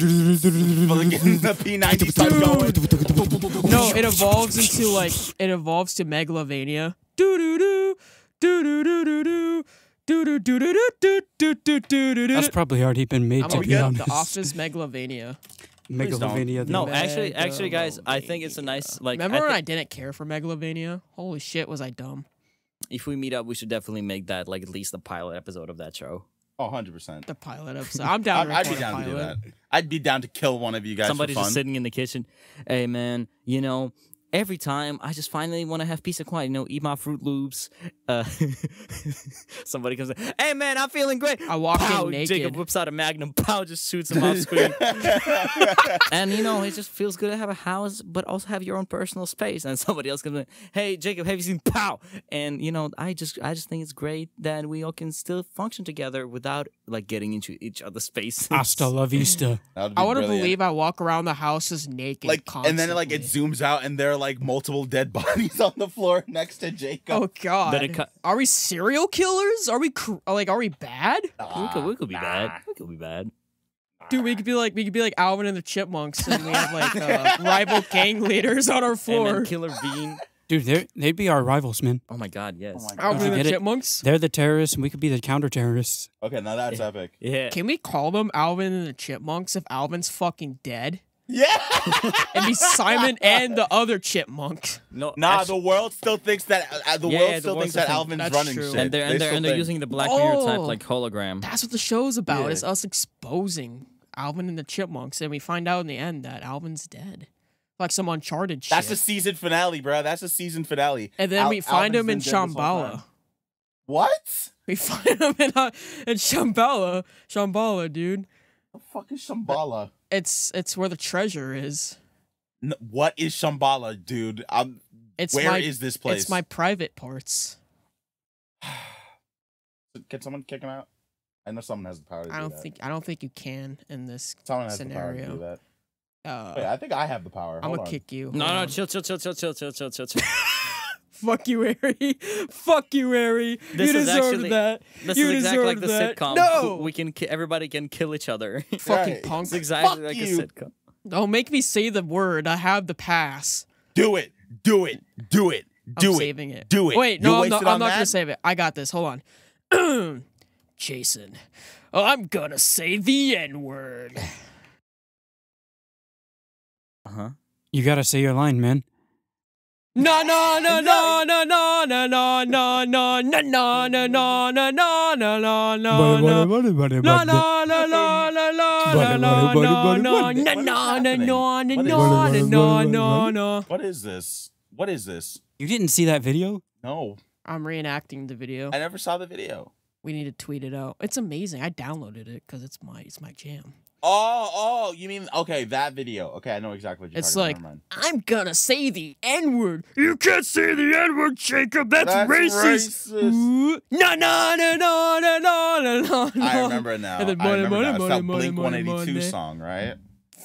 S4: P90 starts going.
S2: No, it evolves into like it evolves to megalovania. Do do do do do do do do do do do do do do do do do.
S1: That's probably already been made,
S2: I'm
S1: to
S2: gonna
S1: be
S2: get
S1: honest.
S2: the office megalovania.
S4: Please don't.
S1: Megalovania. the-
S3: No, actually, actually, guys, I think it's a nice like.
S2: Remember
S3: I
S2: when I
S3: thi-
S2: didn't care for megalovania? Holy shit, was I dumb?
S3: if we meet up, we should definitely make that like at least the pilot episode of that show.
S4: Oh, 100%.
S2: The pilot episode. I'm down.
S4: I'd,
S2: to
S4: I'd be
S2: record a
S4: down to do
S2: pilot.
S4: that. I'd be down to kill one of you guys
S3: Somebody
S4: for
S3: just
S4: fun.
S3: sitting in the kitchen. Hey man, you know. Every time I just finally want to have peace and quiet, you know, eat my Fruit Loops. Uh, somebody comes in, hey man, I'm feeling great.
S2: I walk
S3: Pow,
S2: in naked.
S3: Jacob whips out a magnum, pow, just shoots him off screen. and you know, it just feels good to have a house, but also have your own personal space. And somebody else comes in, hey Jacob, have you seen pow? And you know, I just I just think it's great that we all can still function together without like getting into each other's space.
S1: Hasta la vista.
S4: That'd be
S2: I want to
S4: brilliant.
S2: believe I walk around the house just naked.
S4: Like, and then like it
S2: constantly.
S4: zooms out, and there are like multiple dead bodies on the floor next to Jacob.
S2: Oh God!
S3: Then it cut-
S2: are we serial killers? Are we cr- like are we bad?
S4: Ah.
S3: we could we could be bad. We could be bad.
S2: Dude, we could be like we could be like Alvin and the Chipmunks, and we have like uh, rival gang leaders on our
S3: Hey,
S2: floor.
S3: man, Killer Bean.
S1: Dude, they're- they'd be our rivals, man.
S3: Oh my god, yes.
S4: Oh my God.
S2: Alvin
S1: Did you
S2: and the
S1: get it?
S2: Chipmunks.
S1: They're the terrorists, and we could be the counter terrorists.
S4: Okay, now that's epic.
S3: Yeah.
S2: Can we call them Alvin and the Chipmunks if Alvin's fucking dead?
S4: Yeah.
S2: And be Simon and the other Chipmunk.
S3: No,
S4: Nah,
S3: actually-
S4: the world still thinks that uh, the
S3: Yeah,
S4: world
S3: the
S4: still
S3: world
S4: thinks
S3: still
S4: that
S3: think-
S4: Alvin's
S2: that's
S4: running
S2: true.
S4: shit.
S3: and they're and
S4: They
S3: they're,
S4: still
S3: and they're
S4: think-
S3: using the Black Mirror type
S2: Oh.
S3: like hologram.
S2: That's what the show's about.
S4: Yeah.
S2: It's us exposing Alvin and the Chipmunks, and we find out in the end that Alvin's dead, like some Uncharted shit.
S4: That's a season finale, bro. That's a season finale.
S2: and then
S4: Al-
S2: we find
S4: Alvin's
S2: him in
S4: been dead this whole
S2: Shambhala.
S4: time. What?
S2: We find him in uh, in Shambhala. Shambhala, dude.
S4: The fuck is Shambhala?
S2: It's it's where the treasure is.
S4: N- What is Shambhala, dude? I'm,
S2: It's
S4: Where
S2: my,
S4: is this place?
S2: It's my private parts.
S4: Can someone kick him out? I know someone has the power to
S2: I
S4: do
S2: don't
S4: that.
S2: think I don't think you can in this.
S4: someone has the power to
S2: scenario.
S4: do that.
S2: Uh,
S4: Wait, I think I have the power.
S2: I'm
S4: Hold
S2: gonna
S4: on.
S2: kick you.
S3: No,
S2: Hold
S3: no,
S2: on.
S3: chill, chill, chill, chill, chill, chill, chill, chill, chill.
S2: Fuck you, Harry. Fuck you, Harry.
S3: This
S2: you
S3: is
S2: deserved
S3: actually-
S2: that.
S3: This
S2: you
S3: is exactly like
S2: deserved
S3: the
S2: that.
S3: sitcom.
S2: No,
S3: we can ki- everybody can kill each other.
S2: fucking
S4: Right.
S2: punk.
S3: it's exactly
S4: Fuck
S3: like
S4: you.
S3: a sitcom.
S2: Don't make me say the word. I have the pass.
S4: Do it. Do it. Do it.
S2: I'm
S4: Do it.
S2: saving it.
S4: Do it.
S2: Wait,
S4: You're
S2: no, I'm
S4: wasted
S2: not, I'm
S4: on
S2: not gonna
S4: that?
S2: save it. I got this. Hold on. Jason, I'm gonna say the N word.
S3: Uh huh.
S1: You gotta say your line, man.
S2: No no no no no no no no no no no no no no no no no no Oh, no no La la la la la la la la la la na na na na na na na na na na.
S4: What is this? What is this?
S1: You didn't see that video?
S4: No,
S2: I'm reenacting the video.
S4: I never saw the video.
S2: We need to tweet it out. It's amazing. I downloaded it because it's my it's my jam.
S4: Oh, oh, you mean okay? That video. Okay, I know exactly what you're
S2: It's
S4: talking
S2: like
S4: about. Never mind.
S2: I'm gonna say the N word. You can't say the N word, Jacob. That's,
S4: That's
S2: racist.
S4: racist.
S2: Ooh. Na na na na na na na na.
S4: I remember it now.
S2: And then
S4: I remember
S2: money,
S4: now. It's
S2: money,
S4: that
S2: money,
S4: Blink
S2: money,
S4: 182
S2: money.
S4: song, right?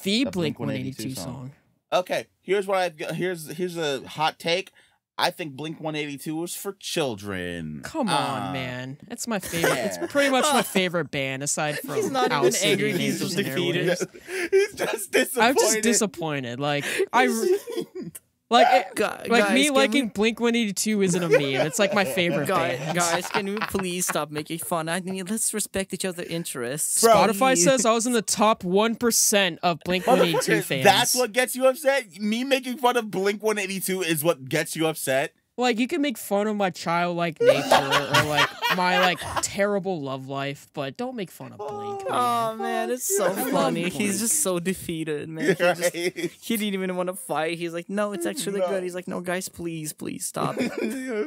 S2: the
S4: The
S2: Blink
S4: Blink-182
S2: 182
S4: song.
S2: song.
S4: Okay, here's what I've got. Here's here's a hot take. I think Blink 182 is for children.
S2: Come
S4: Ah.
S2: on, man. That's my favorite.
S4: Yeah.
S2: It's pretty much my favorite band aside from
S3: He's not
S2: Owl
S3: even
S2: City
S3: angry,
S2: and
S3: he's
S2: Angels
S3: just
S2: and
S3: defeated.
S2: Airwaves.
S4: He's just disappointed.
S2: I'm just disappointed. Like I like it,
S3: Guys,
S2: like
S3: guys,
S2: me
S3: can
S2: liking Blink 182 isn't a meme. It's like my
S3: we-
S2: favorite
S3: Guys,
S2: band.
S3: guys, can we please stop making fun? I mean, let's respect each other's interests.
S4: Bro,
S2: Spotify
S3: Please.
S2: says I was in the top one percent of Blink 182
S4: Motherfucker,
S2: fans.
S4: That's what gets you upset. Me making fun of Blink 182 is what gets you upset.
S2: like you can make fun of my childlike nature or like my like terrible love life, but don't make fun of Blink. man.
S3: Oh man, it's so funny. He's just so defeated, man. He, just-
S4: Right?
S3: he didn't even want to fight. He's like, no, it's actually
S4: No.
S3: good. He's like, no, guys, please, please stop.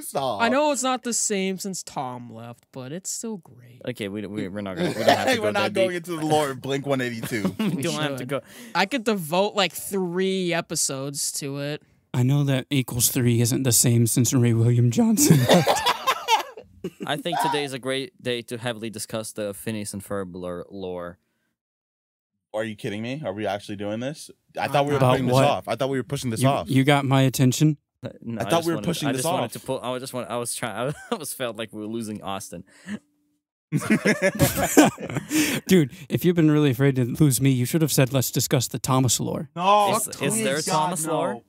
S4: Stop.
S2: I know it's not the same since Tom left, but it's still great.
S3: okay, we, we we're not gonna we don't have to go
S4: We're not
S3: that
S4: going
S3: deep.
S4: into the lore of Blink 182.
S3: We don't have to
S2: should.
S3: go.
S2: I could devote like three episodes to it.
S1: I know that equals three isn't the same since Ray William Johnson left.
S3: I think today is a great day to heavily discuss the Phineas and Ferb lore- lore.
S4: Are you kidding me? Are we actually doing this?
S3: Uh,
S4: I thought we were
S1: About
S4: putting
S1: what?
S4: this off. I thought we were pushing this
S1: you,
S4: off.
S1: you got my attention.
S3: No,
S4: I thought
S3: just
S4: we were
S3: wanted-
S4: pushing
S3: I
S4: this
S3: just wanted
S4: off.
S3: to pull. I was just want. I was trying. I was felt like we were losing Austin.
S1: Dude, if you've been really afraid to lose me, you should have said, let's discuss the Thomas lore.
S4: no,
S3: Is- is
S4: please,
S3: there
S4: God,
S3: Thomas
S4: no.
S3: lore?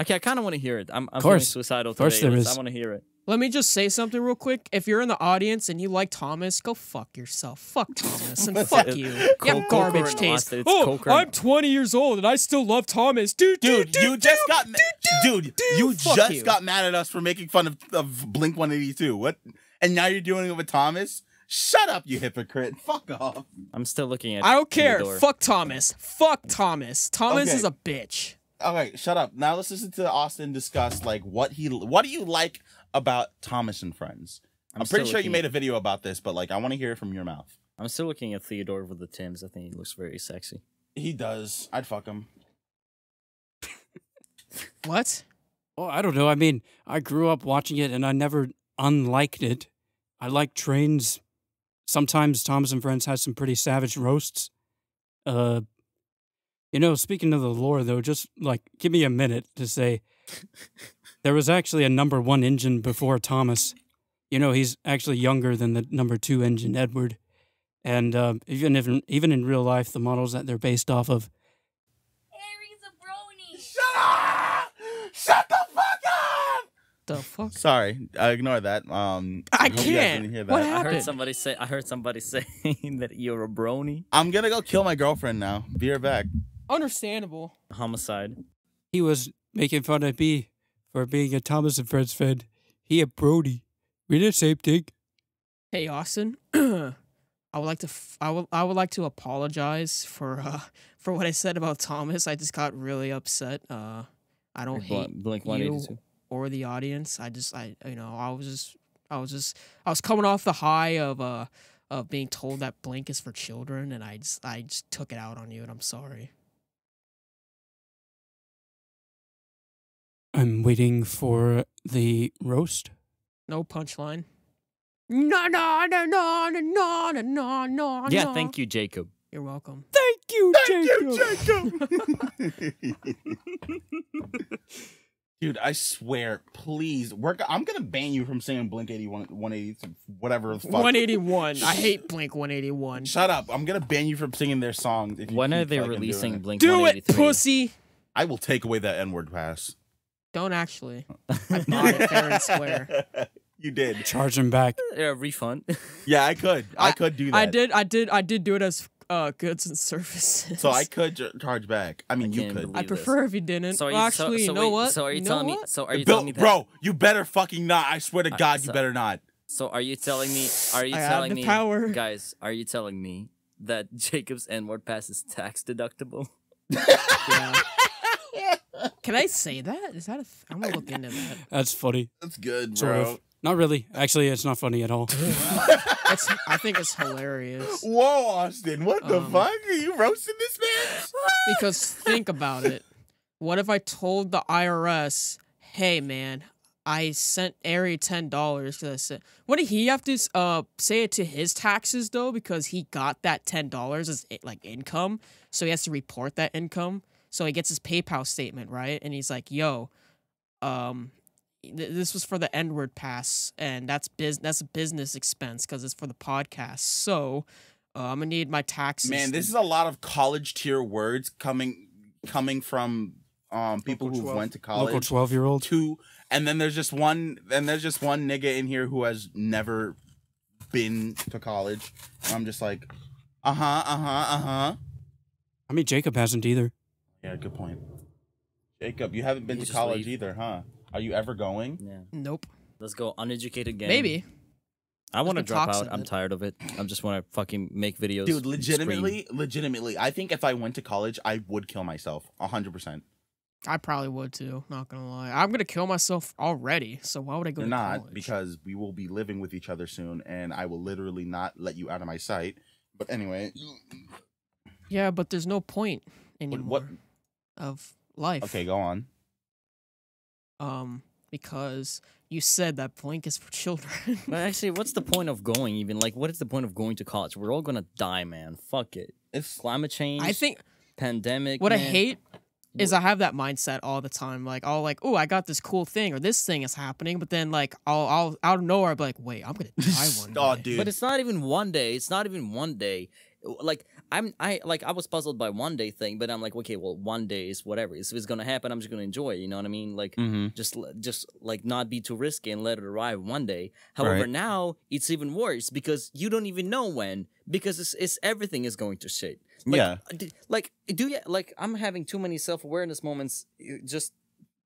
S3: Okay, I kind of want to hear it. I'm, I'm feeling
S1: Course.
S3: suicidal today.
S1: Course there
S3: Let's- I
S1: is.
S3: want to hear it.
S2: Let me just say something real quick. If you're in the audience and you like Thomas, go fuck yourself. Fuck Thomas and fuck you. You
S3: Coker
S2: have garbage
S3: and
S2: taste.
S3: Austin, it's
S2: Oh,
S3: Coker and-
S2: I'm 20 years old and I still love Thomas. Dude, dude,
S4: Dude,
S2: dude.
S4: you just got ma- dude, you
S2: fuck
S4: just
S2: you.
S4: got mad at us for making fun of, of Blink 182. What? And now you're doing it with Thomas? Shut up, you hypocrite. Fuck off.
S3: I'm still looking at.
S2: I don't
S3: through the
S2: care.
S3: door.
S2: Fuck Thomas. Fuck Thomas. Thomas
S4: Okay.
S2: is a bitch.
S4: All right, shut up. Now let's listen to Austin discuss like what he what do you like about Thomas and Friends? I'm,
S3: still
S4: pretty sure you
S3: looking
S4: made a video about this, but like I want to hear it from your mouth.
S3: I'm still looking at Theodore with the Tims. I think he looks very sexy.
S4: He does. I'd fuck him.
S2: What?
S1: Oh, I don't know. I mean, I grew up watching it and I never unliked it. I like trains. Sometimes Thomas and Friends has some pretty savage roasts. Uh, you know, speaking of the lore, though, just like give me a minute to say there was actually a number one engine before Thomas. You know, he's actually younger than the number two engine, Edward. And uh, even if even in real life, the models that they're based off of
S5: Harry's a brony.
S4: Shut up! Shut the fuck up!
S2: The fuck?
S4: Sorry, uh, ignore that. Um,
S2: I
S4: hope you guys
S2: can't.
S4: didn't hear that.
S2: What
S3: I heard
S2: happened?
S3: somebody say. I heard somebody saying that you're a brony.
S4: I'm gonna go kill my girlfriend now. Be right back.
S2: Understandable.
S3: Homicide.
S1: he was making fun of me for being a Thomas and Friends fan. He a Brody. We did the same thing.
S2: Hey Austin, I would like to f- I would I would like to apologize for uh for what I said about Thomas. I just got really upset. Uh, I don't
S3: Bl-
S2: hate
S3: Blink
S2: you
S3: 182.
S2: or the audience. I just I you know I was just I was just I was coming off the high of uh of being told that Blink is for children, and I just I just took it out on you, and I'm sorry.
S1: I'm waiting for the roast.
S2: No punchline. No no no no no no no no no.
S3: Yeah, thank you, Jacob.
S2: You're welcome.
S1: Thank you, Jacob.
S4: Dude, I swear, please work. I'm gonna ban you from saying Blink 81, 180, whatever the fuck.
S2: 181. I hate Blink 181.
S4: Shut up! I'm gonna ban you from singing their songs. If you
S3: When are
S4: keep
S3: they
S4: fucking doing
S3: releasing
S4: it.
S3: Blink
S2: Do it,
S3: 183?
S2: pussy.
S4: I will take away that N-word pass.
S2: Don't actually. I've not fair and square.
S4: You did.
S1: Charge him back.
S3: Yeah, Uh, refund.
S4: Yeah, I could. I, could do that.
S2: I did, I did, I did do it as uh, goods and services.
S4: So I could j- charge back. I mean,
S3: I
S4: you
S3: can't
S4: could.
S3: believe-
S2: I
S3: do this.
S2: prefer if you didn't.
S3: So are you,
S2: well,
S3: so-
S2: actually, you
S3: so
S2: know
S3: wait,
S2: what?
S3: So are you,
S2: know
S3: telling me?
S2: what?
S3: So are you
S4: Bill,
S3: telling me that?
S4: bro, you better fucking not. I swear to God,
S3: so-
S4: you better not.
S3: So are you telling me? Are you
S2: I have
S3: telling
S2: the
S3: me,
S2: power.
S3: guys? Are you telling me that Jacob's N word pass is tax deductible?
S2: Can I say that? Is that a? Th- I'm gonna look into that.
S1: That's funny.
S4: That's good,
S1: Sort of. Not really. Actually, it's not funny at all.
S2: It's, I think it's hilarious
S4: Whoa, Austin, what the
S2: Um,
S4: fuck? Are you roasting this man?
S2: because think about it. What if I told the IRS, "Hey, man, I sent Ari ten dollars because I said." What did he have to uh say it to his taxes though? Because he got that ten dollars as eh, like income, so he has to report that income. So he gets his PayPal statement right, and he's like, "Yo, um." th- This was for the N word pass, and that's biz. That's a business expense because it's for the podcast. So, uh, I'm gonna need my taxes.
S4: Man, this is a lot of college tier words coming coming from um people
S1: Local
S4: who
S1: 12.
S4: went to
S1: Local
S4: college.
S1: twelve year old.
S4: Two, and then there's just one, and there's just one nigga in here who has never been to college. I'm just like, uh huh, uh huh, uh huh.
S1: I mean, Jacob hasn't either.
S4: Yeah, good point. Jacob, you haven't been
S3: You
S4: to
S3: just
S4: college
S3: leave.
S4: either, huh? Are you ever going?
S3: Yeah.
S2: Nope.
S3: Let's go uneducated gang.
S2: Maybe.
S3: I want to
S2: been
S3: drop
S2: talks
S3: out.
S2: of
S3: I'm
S2: it.
S3: tired of it. I'm just want to fucking make videos.
S4: Dude,
S3: and
S4: legitimately, legitimately, I think if I went to college, I would kill myself. hundred percent.
S2: I probably would too. Not gonna lie, I'm gonna kill myself already. So why would I go
S4: You're
S2: to
S4: not
S2: college?
S4: because we will be living with each other soon, and I will literally not let you out of my sight. But anyway,
S2: yeah, but there's no point
S4: what?
S2: anymore
S4: what
S2: of life.
S4: okay, go on.
S2: Um, because you said that Blink is for children.
S3: Scream. Well, actually, what's the point of going? Even like, what is the point of going to college? We're all gonna die, man. Fuck it.
S4: It's
S3: Climate change.
S2: I think
S3: pandemic.
S2: what I
S3: man.
S2: hate is I have that mindset all the time. Like, I'll like, oh, I got this cool thing or this thing is happening, but then like, I'll, I'll out of nowhere, I'll be like, wait, I'm gonna die one
S4: oh,
S2: day.
S4: dude.
S3: But it's not even one day. It's not even one day. Like I'm, I like I was puzzled by one day thing, but I'm like, okay, well, one day is whatever. If it's gonna happen, I'm just gonna enjoy it. You know what I mean? Like
S4: Mhm.
S3: just, l- just like not be too risky and let it arrive one day. However,
S4: Right.
S3: now it's even worse because you don't even know when because it's, it's everything is going to shit. Like,
S4: Yeah.
S3: d- Like do you like I'm having too many self awareness moments uh, just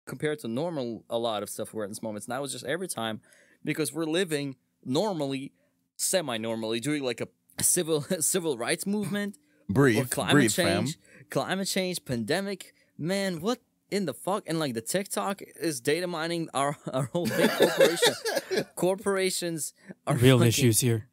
S3: compared to normal a lot of self awareness moments. And I was just every time because we're living normally, semi normally, during like a civil civil rights movement or
S4: breathe,
S3: climate
S4: breathe, fam.
S3: change, climate change, pandemic. Man, what in the fuck? And like the TikTok is data mining our our whole big corporation. corporations are
S1: Real
S3: fucking-
S1: issues here.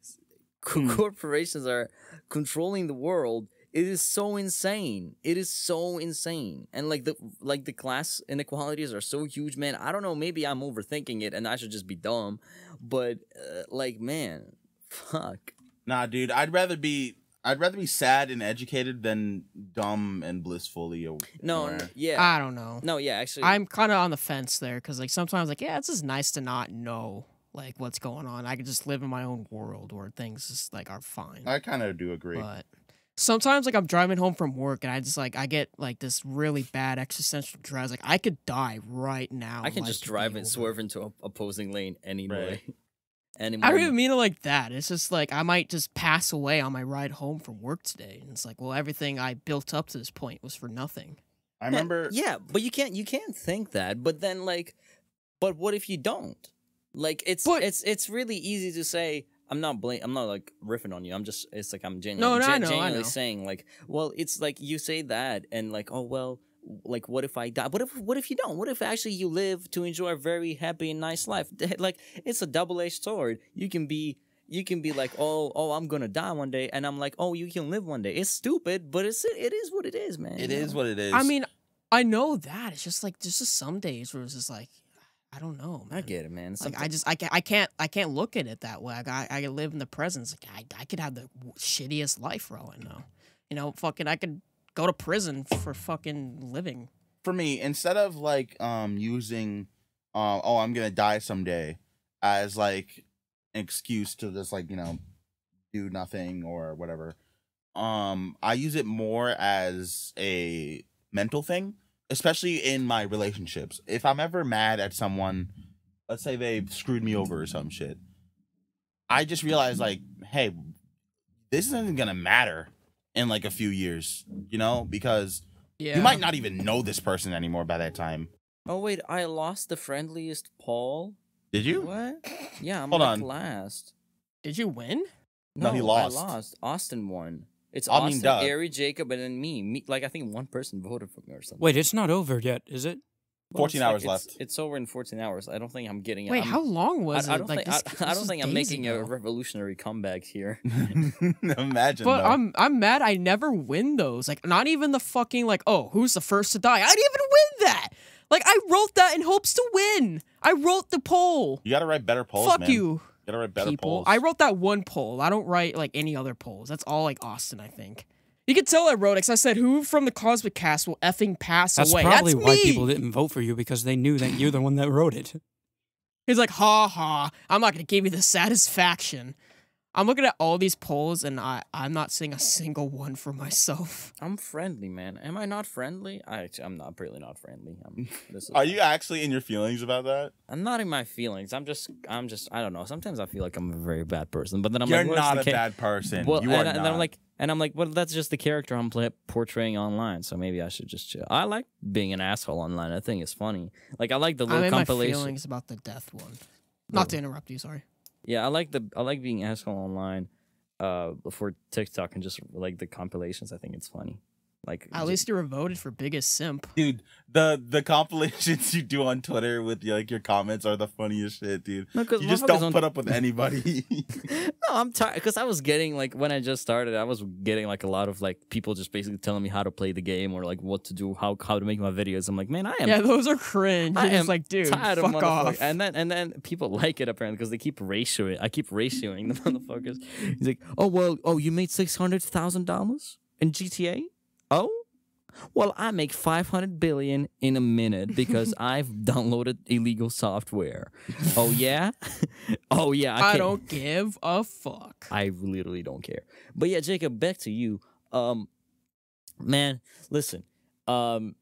S3: co- corporations are controlling the world it is so insane it is so insane and like the like the class inequalities are so huge man i don't know maybe i'm overthinking it and i should just be dumb but uh, like man fuck
S4: Nah, dude, I'd rather be. I'd rather be sad and educated than dumb and blissfully aware.
S3: no n- yeah
S2: I don't know.
S3: no yeah actually
S2: I'm kind of on the fence there because like sometimes like yeah, it's just nice to not know like what's going on. I can just live in my own world where things just like are fine.
S4: I kind of do agree.
S2: But sometimes like I'm driving home from work and I just like I get like this really bad existential dread. Like I could die right now.
S3: i
S2: and
S3: can
S2: life
S3: just
S2: could be
S3: drive and
S2: over.
S3: swerve into a opposing lane anyway
S2: I don't
S3: anyway
S2: even mean it like that. It's just like I might just pass away on my ride home from work today. And it's like, well, everything I built up to this point was for nothing.
S4: I remember.
S3: Yeah, but you can't you can't think that. But then like but what if you don't? Like it's
S2: But-
S3: it's it's really easy to say I'm not blame I'm not like riffing on you. I'm just it's like I'm
S2: No,
S3: genuinely,
S2: no, I know, I
S3: genuinely
S2: know.
S3: saying like well it's like you say that and like oh well like what if I die? What if what if you don't? What if actually you live to enjoy a very happy and nice life? Like it's a double-edged sword. You can be you can be like, oh, oh, I'm gonna die one day, and I'm like, oh, you can live one day. It's stupid, but it's it is what it is, man.
S4: it
S3: you know?
S4: is what it is.
S2: I mean, I know that. It's just like there's just some days where it's just like I don't know.
S3: I
S2: man.
S3: get it, man.
S2: Like I
S3: Someti-
S2: just I can't I can't I can't look at it that way. Like, I I can live in the present. It's Like I I could have the w- shittiest life for all I know. You know, fucking I could go to prison for fucking living.
S4: for me, instead of like um using, uh, oh, I'm gonna die someday, as like an excuse to just like you know do nothing or whatever, um, I use it more as a mental thing, especially in my relationships. If I'm ever mad at someone, let's say they screwed me over or some shit. I just realized like, hey, this isn't gonna matter in like a few years, you know, because
S2: Yeah.
S4: you might not even know this person anymore by that time.
S3: Oh wait, I lost the friendliest Paul.
S4: Did you?
S3: What? Yeah, I'm
S4: Hold
S3: like
S4: on.
S3: last.
S2: Did you win?
S4: No, he lost.
S3: I lost. Austin won. It's
S4: I mean,
S3: Austin,
S4: duh.
S3: Ari, Jacob, and then me. me. Like I think one person voted for me or something.
S1: Wait, it's not over yet, is it?
S3: Well, it's
S4: 14
S3: like-
S4: hours
S3: it's-
S4: left.
S3: It's over in 14 hours. I don't think I'm getting it.
S2: Wait,
S3: I'm-
S2: how long was
S3: I, I
S2: it?
S3: don't
S2: like
S3: think,
S2: this,
S3: I, I
S2: this
S3: don't
S2: was
S3: think I'm
S2: days
S3: making a
S2: ago.
S3: revolutionary comeback here.
S4: Imagine.
S2: But
S4: though.
S2: I'm I'm mad I never win those. Like not even the fucking like oh who's the first to die. I didn't even win that. Like I wrote that in hopes to win. I wrote the poll.
S4: you gotta write better polls.
S2: Fuck
S4: man.
S2: you,
S4: gotta write better
S2: people.
S4: polls.
S2: I wrote that one poll. I don't write like any other polls. That's all like Austin. I think you can tell I wrote it 'cause I said who from the Cosmic Cast will effing pass
S1: That's
S2: away.
S1: probably
S2: That's
S1: why
S2: me.
S1: people didn't vote for you because they knew that you're the one that wrote it.
S2: He's like, ha ha, I'm not gonna give you the satisfaction. I'm looking at all these polls and I, I'm not seeing a single one for myself.
S3: I'm friendly, man. Am I not friendly? I, actually- I'm not really not friendly. I'm, this is,
S4: Are you actually in your feelings about that?
S3: I'm not in my feelings. I'm just. I'm just. I don't know. Sometimes I feel like I'm a very bad person, but then I'm
S4: You're
S3: like, what's
S4: not
S3: the
S4: a
S3: ca-
S4: bad person.
S3: Well,
S4: you
S3: and,
S4: are
S3: I-
S4: not.
S3: and then I'm like, and I'm like, well, that's just the character I'm play- portraying online. So maybe I should just chill. I like being an asshole online. I think it's funny. Like I like the
S2: I'm
S3: little
S2: in my
S3: compilation.
S2: feelings about the death one. Not to interrupt you, sorry.
S3: Yeah, I like the I like being asshole online uh for TikTok and just like the compilations. I think it's funny. Like
S2: At
S3: ju-
S2: least you were voted for biggest simp.
S4: dude, the the compilations you do on Twitter with like your comments are the funniest shit, dude.
S3: no, cause
S4: You just
S3: motherfuckers
S4: don't
S3: on-
S4: put up with anybody.
S3: No, I'm tired because I was getting like when I just started, I was getting like a lot of like people just basically telling me how to play the game or like what to do, how how to make my videos. I'm like, man, I am
S2: Yeah, those are cringe.
S3: I
S2: You're
S3: am
S2: just like, dude,
S3: tired of
S2: fuck
S3: motherfuckers.
S2: off.
S3: And then and then people like it apparently because they keep ratioing. I keep ratioing the motherfuckers. He's like, oh well, oh you made six hundred thousand dollars in GTA. Oh, well I make five hundred billion in a minute because I've downloaded illegal software. Oh yeah, oh yeah.
S2: I
S3: can't-
S2: don't give a fuck.
S3: I literally don't care. But yeah, Jacob, back to you. Um, man, listen. Um,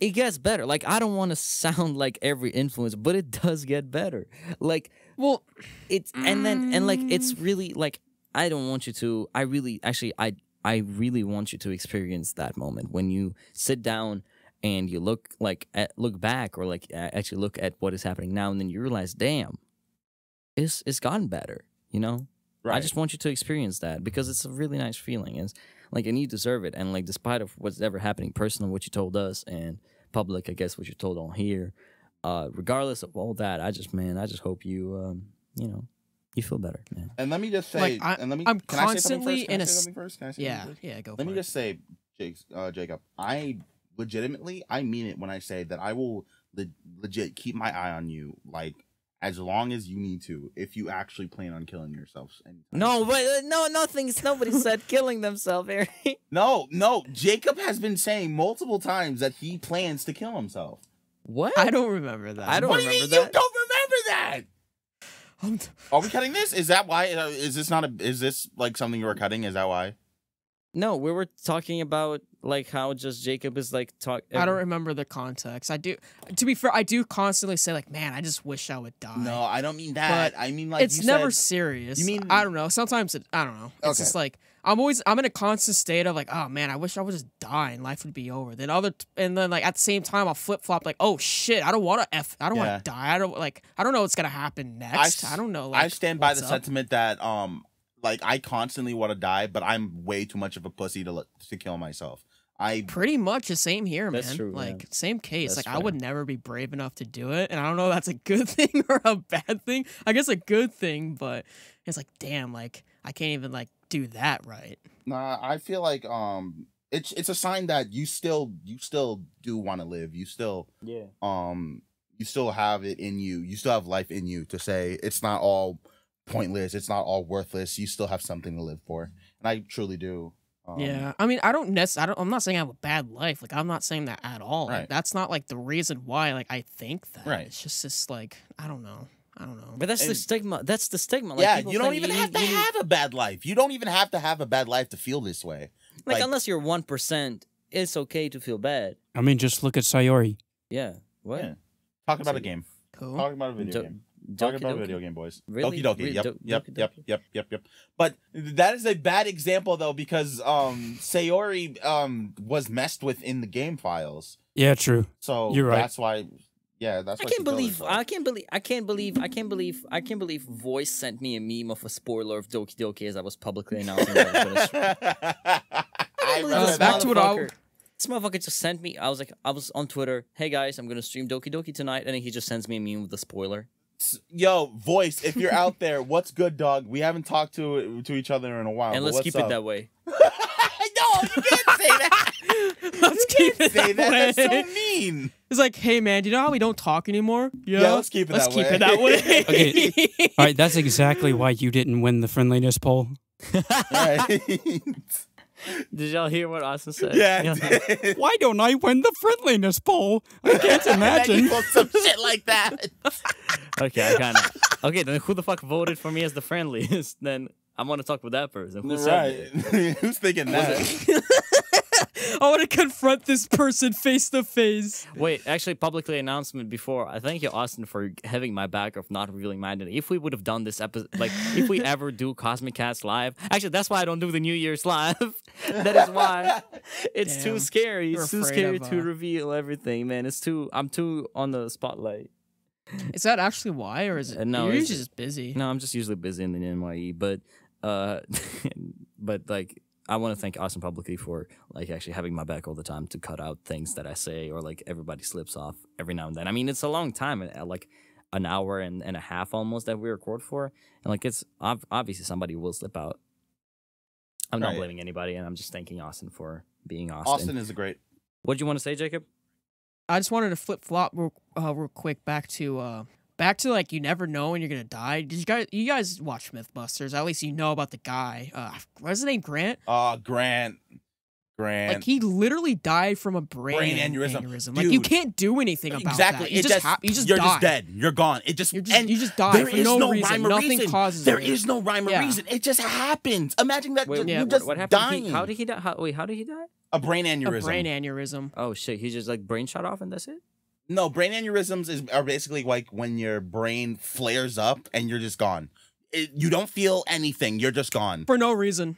S3: it gets better. Like I don't want to sound like every influence, but it does get better. Like
S2: well,
S3: it's and then and like it's really like I don't want you to. I really actually I I really want you to experience that moment when you sit down and you look like at, look back or like a- actually look at what is happening now and then you realize, damn, it's it's gotten better. You know, I just want you to experience that because it's a really nice feeling. It's like and you deserve it. And like despite of what's ever happening personal, what you told us and public, I guess what you told on here, uh, regardless of all that, I just man, I just hope you um, you know, you feel better, man.
S4: and let me just say,
S2: Like, I-
S4: and let me.
S2: I'm
S4: can I say
S2: constantly
S4: something first? Can
S2: in
S4: I
S2: a
S4: say
S2: s-
S4: something first? Can I say something
S2: yeah,
S4: first?
S2: yeah, go for
S4: Let me
S2: it.
S4: just say, Jake's, uh, Jacob, I legitimately, I mean it when I say that I will le- legit keep my eye on you, like as long as you need to, if you actually plan on killing yourselves. anytime
S3: No,
S4: soon.
S3: but uh, no, nothing's nobody said killing themselves, Eric.
S4: no, no. Jacob has been saying multiple times that he plans to kill himself.
S3: What?
S2: I don't remember that.
S3: I don't
S4: what do you mean
S3: remember
S4: you
S3: that.
S4: don't remember that?
S2: I'm-
S4: Are we cutting this? Is that why? uh, Is this not a? Is this like something you were cutting? Is that why?
S3: No, we were talking about like how just Jacob is like talk.
S2: I don't remember the context. I do. To be fair, I do constantly say like, "Man, I just wish I would die."
S4: No, I don't mean that. I mean like
S2: it's
S4: you
S2: never
S4: Said,
S2: serious.
S4: You mean-
S2: I don't know. Sometimes it, I don't know. It's
S4: Okay.
S2: just like I'm always I'm in a constant state of like, oh man, I wish I would just die and life would be over. Then other t- and then like at the same time I'll flip flop like, oh shit, I don't want to f, I don't
S4: Yeah.
S2: want to die. I don't like I don't know what's gonna happen next.
S4: s-
S2: I, don't know. Like,
S4: I stand by
S2: what's
S4: the
S2: up.
S4: sentiment that um, like I constantly want to die, but I'm way too much of a pussy to let- to kill myself. I
S2: Pretty much the same here,
S3: That's
S2: man.
S3: true, yeah.
S2: like same case.
S3: That's
S2: like I would never be brave enough to do it, and I don't know if that's a good thing or a bad thing. I guess a good thing, but it's like damn, like I can't even like do that right.
S4: Nah, I feel like um it's it's a sign that you still you still do want to live. You still
S3: Yeah.
S4: um you still have it in you. You still have life in you to say it's not all pointless. It's not all worthless. You still have something to live for. And I truly do. Um,
S2: yeah, I mean, I don't necessarily. I don't. I'm not saying I have a bad life. Like, I'm not saying that at all. Like,
S4: Right.
S2: that's not like the reason why. Like, I think that.
S4: Right.
S2: It's just this like I don't know. I don't know.
S3: But that's the
S4: And-
S3: stigma. That's the stigma. Like,
S4: yeah,
S3: people
S4: you don't
S3: think
S4: even have
S3: need-
S4: to
S3: you need-
S4: have a bad life. You don't even have to have a bad life to feel this way.
S3: like,
S4: Like-
S3: unless you're one percent, it's okay to feel bad.
S1: I mean, just look at Sayori.
S3: Yeah. What?
S4: Yeah. Talking about a
S3: So-
S4: game.
S2: Who?
S4: Talking about a
S3: Do-
S4: video game.
S3: Doki
S4: Talking about
S3: Doki?
S4: video game boys.
S3: Really?
S4: Okie dokie.
S3: Really?
S4: Yep.
S3: Do-
S4: yep.
S3: Doki
S4: Yep.
S3: Doki?
S4: Yep. Yep. Yep. But that is a bad example though because um Sayori um was messed with in the game files.
S1: Yeah, true.
S4: So
S1: You're right.
S4: that's why. Yeah, that's.
S3: I can't
S4: why she goes,
S3: believe
S4: like-
S3: I can't believe I can't believe I can't believe I can't believe Voice sent me a meme of a spoiler of Doki Doki as I was publicly announcing that I was gonna
S4: I
S3: Believe
S4: read
S3: this
S4: that.
S2: Back to what I-
S3: motherfucker. This motherfucker just sent me. I was like, I was on Twitter. Hey guys, I'm gonna stream Doki Doki tonight, and then he just sends me a meme with the spoiler.
S4: Yo, voice, if you're out there, what's good, dog? We haven't talked to to each other in a while.
S3: and
S4: but
S3: let's
S4: what's
S3: keep
S4: up?
S3: it that way.
S4: no, you can't say that.
S2: Let's keep it
S4: say
S2: that,
S4: that. That's
S2: way.
S4: so mean.
S2: It's like, hey man, do you know how we don't talk anymore?
S4: Yeah, let's keep it
S2: let's
S4: that
S2: keep
S4: way.
S2: it that way.
S1: Okay. All right, that's exactly why you didn't win the friendliness poll.
S4: Right.
S3: Did y'all hear what Austin said?
S4: yeah. dude.
S1: Why don't I win the friendliness poll? I can't
S4: That
S1: imagine.
S4: equals some shit like that.
S3: Okay, I kind of. okay, then who the fuck voted for me as the friendliest? Then I want to talk with that person. Who
S4: right.
S3: said
S4: Who's thinking that?
S2: I want to confront this person face to face.
S3: that? Wait, actually, publicly announcement before. I thank you, Austin, for having my back of not revealing my identity. If we would have done this episode, like if we ever do Cosmic Cast live, actually, that's why I don't do the New Year's live. that is why. It's too
S2: Damn.
S3: scary.
S2: You're
S3: It's too
S2: afraid
S3: scary
S2: of,
S3: to
S2: uh,
S3: reveal everything, man. It's too. I'm too on the spotlight.
S2: Is that actually why, or is it?
S3: Uh, no,
S2: you're
S3: it's-
S2: usually just busy.
S3: No, I'm just usually busy in the NYE, but uh, but like I want to thank Austin publicly for like actually having my back all the time to cut out things that I say or like everybody slips off every now and then. I mean, it's a long time, uh, like an hour and, and a half almost that we record for, and like it's ob- obviously somebody will slip out. I'm not
S4: Right.
S3: blaming anybody, and I'm just thanking Austin for being Austin.
S4: Austin is a great.
S3: What do you want to say, Jacob?
S2: I just wanted to flip flop real, uh, real quick back to uh, back to like you never know when you're gonna die. Did you guys you guys watch MythBusters? At least you know about the guy. Uh, what is his name? Grant.
S4: Oh, Grant. Grant.
S2: like he literally died from a brain,
S4: Brain aneurysm.
S2: Like you
S4: Dude.
S2: can't do anything about
S4: exactly.
S2: that. You
S4: it
S2: just, hap- you just
S4: you're
S2: die.
S4: just dead. You're gone. It just
S2: You're just-
S4: and
S2: you just die
S4: There
S2: for
S4: is
S2: no reason.
S4: rhyme or
S2: Nothing
S4: reason.
S2: causes
S4: There
S2: it.
S4: is no rhyme or
S2: Yeah.
S4: reason. It just happens. Imagine that
S3: Wait,
S4: ju-
S2: yeah,
S4: you're
S2: wh-
S4: just
S3: what happened?
S4: dying.
S3: He, how did he die? How, wait, how did he die?
S4: a brain
S2: A
S4: aneurysm.
S2: brain aneurysm.
S3: Oh shit! He just like brain shot off, and that's it.
S4: No, brain aneurysms is are basically like when your brain flares up and you're just gone. It, you don't feel anything. You're just gone.
S2: For no reason.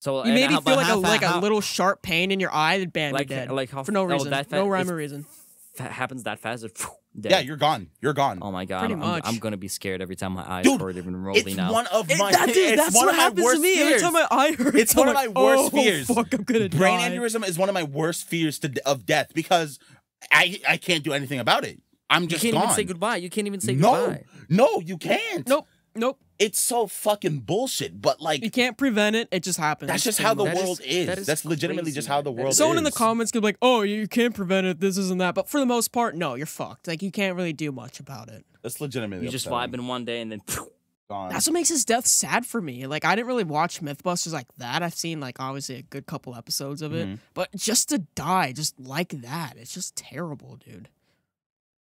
S3: So
S2: You
S3: and
S2: maybe
S3: how-
S2: feel
S3: but
S2: like a
S3: how-
S2: like a
S3: how-
S2: little sharp pain in your eye, then bam,
S3: Like-
S2: you're dead.
S3: like how-
S2: for no
S3: oh,
S2: reason,
S3: that-
S2: no
S3: that-
S2: rhyme
S3: it's-
S2: or reason.
S3: fa- happens that fast. It's dead.
S4: Yeah, you're gone. You're gone.
S3: Oh my god!
S2: Pretty
S3: I'm, I'm- I'm
S2: much.
S3: gonna be scared every time my eyes
S4: Dude,
S3: hurt even
S4: it's
S3: rolling now.
S4: one of my.
S2: that, dude,
S4: it's
S2: that's
S4: one
S2: what
S4: of my
S2: happens
S4: worst
S2: to me every
S4: fears.
S2: time my eye hurts.
S4: It's
S2: I'm
S4: one of
S2: like,
S4: my worst
S2: oh,
S4: fears.
S2: Fuck, I'm gonna
S4: brain
S2: die.
S4: aneurysm is one of my worst fears to, of death because I I can't do anything about it. I'm
S3: you
S4: just
S3: can't
S4: gone.
S3: even say goodbye. You can't even say
S4: no,
S3: goodbye.
S4: no, you can't.
S2: Nope, nope.
S4: it's so fucking bullshit. But like,
S2: You can't prevent it. It just happens.
S4: that's just how the
S3: That is-
S4: world is.
S3: that is
S4: That's legitimately
S3: crazy,
S4: just how the
S3: man. That
S4: world.
S3: is-
S2: Someone in the
S4: is.
S2: comments could be like, "Oh, you can't prevent it. This isn't that." But for the most part, no, you're fucked. Like you can't really do much about it.
S4: That's legitimately.
S3: You just
S4: upsetting.
S3: vibing one day and then
S4: Gone.
S2: That's what makes his death sad for me. Like I didn't really watch MythBusters like that. I've seen like obviously a good couple episodes of it,
S4: Mhm.
S2: but just to die just like that, it's just terrible, dude.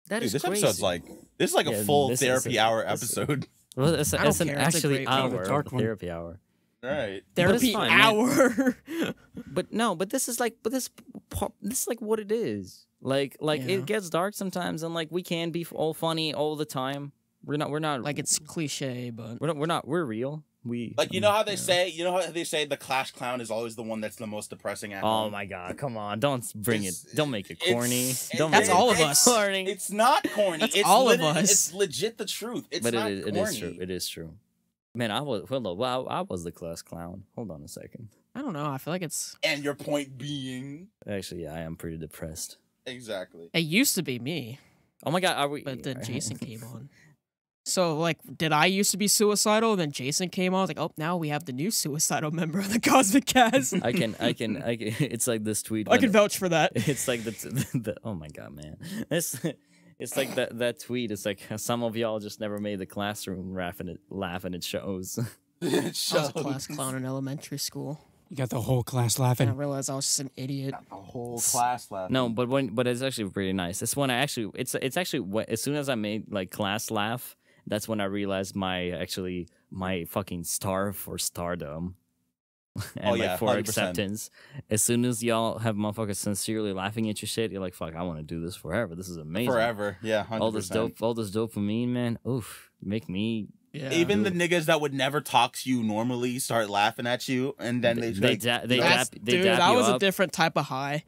S3: that
S4: Dude,
S3: is
S4: this
S3: crazy.
S4: episode's like this is like
S3: Yeah,
S4: a full
S3: this is
S4: therapy
S3: a-
S4: hour
S3: this is-
S4: episode.
S3: well, it's,
S2: I don't
S3: it's an
S2: care, it's a
S3: actually um,
S2: great one.
S3: hour,
S1: Dark
S3: the
S1: one.
S3: therapy hour.
S4: right.
S3: it's
S2: Therapy
S3: fine, man.
S2: hour.
S3: But no, but this is like, but this, par- this is like what it is. Like, like
S2: Yeah.
S3: it gets dark sometimes, and like we can be f- all funny all the time. We're not, we're not
S2: like it's cliche, but
S3: we're not, we're not, we're real. We
S4: Like you know how they
S3: yeah.
S4: say, you know how they say the clash clown is always the one that's the most depressing. At
S3: Oh
S4: home?
S3: my god! Come on, don't s- bring it.
S4: It's-
S3: Don't make it
S4: it's-
S3: corny.
S4: it's-
S3: Don't
S2: That's
S3: make
S2: all
S3: it
S2: of us.
S3: corny.
S4: It's not corny.
S2: That's
S4: it's
S2: all of
S4: literally-
S2: us.
S4: It's legit the truth. It's
S3: but
S4: not
S3: it is, it
S4: corny.
S3: is true. It is true. Man, I was hold on. Wow, I was the class clown. Hold on a second.
S2: I don't know. I feel like it's
S4: And your point being
S3: Actually, yeah, I am pretty depressed.
S4: exactly.
S2: it used to be me,
S3: Oh my god, are we?
S2: but then Jason came on. So like, did I used to be suicidal? Then Jason came on. I was like, oh, now we have the new suicidal member of the Cosmic Cast.
S3: I can, I can, I can. It's like this tweet.
S2: I
S3: when-
S2: can vouch for that.
S3: It's like the, the, oh my god, man. It's it's like that that tweet. It's like some of y'all just never made the classroom laugh and it laugh and it shows.
S2: I
S4: Shut
S2: was a class clown in elementary school.
S1: You got the whole class
S2: And I
S1: laughing.
S2: realized I was just an idiot.
S4: The whole class laughed.
S3: No, but when but it's actually pretty nice. It's when I actually it's it's actually wh- as soon as I made like class laugh, that's when I realized my actually my fucking star for stardom and like
S4: Oh, yeah,
S3: for
S4: 100%.
S3: acceptance. As soon as y'all have motherfuckers sincerely laughing at your shit, you're like, fuck, I want to do this forever. This is amazing.
S4: forever. Yeah, 100%.
S3: All this dope, all this dopamine, man. Oof, make me.
S2: Yeah.
S4: Even the niggas that would never talk to you normally start laughing at you, and then they
S3: They
S4: like,
S3: da- they
S2: That's-
S3: dap, they
S2: dude,
S3: dap
S2: that
S3: you
S2: was a
S3: up.
S2: different type of high.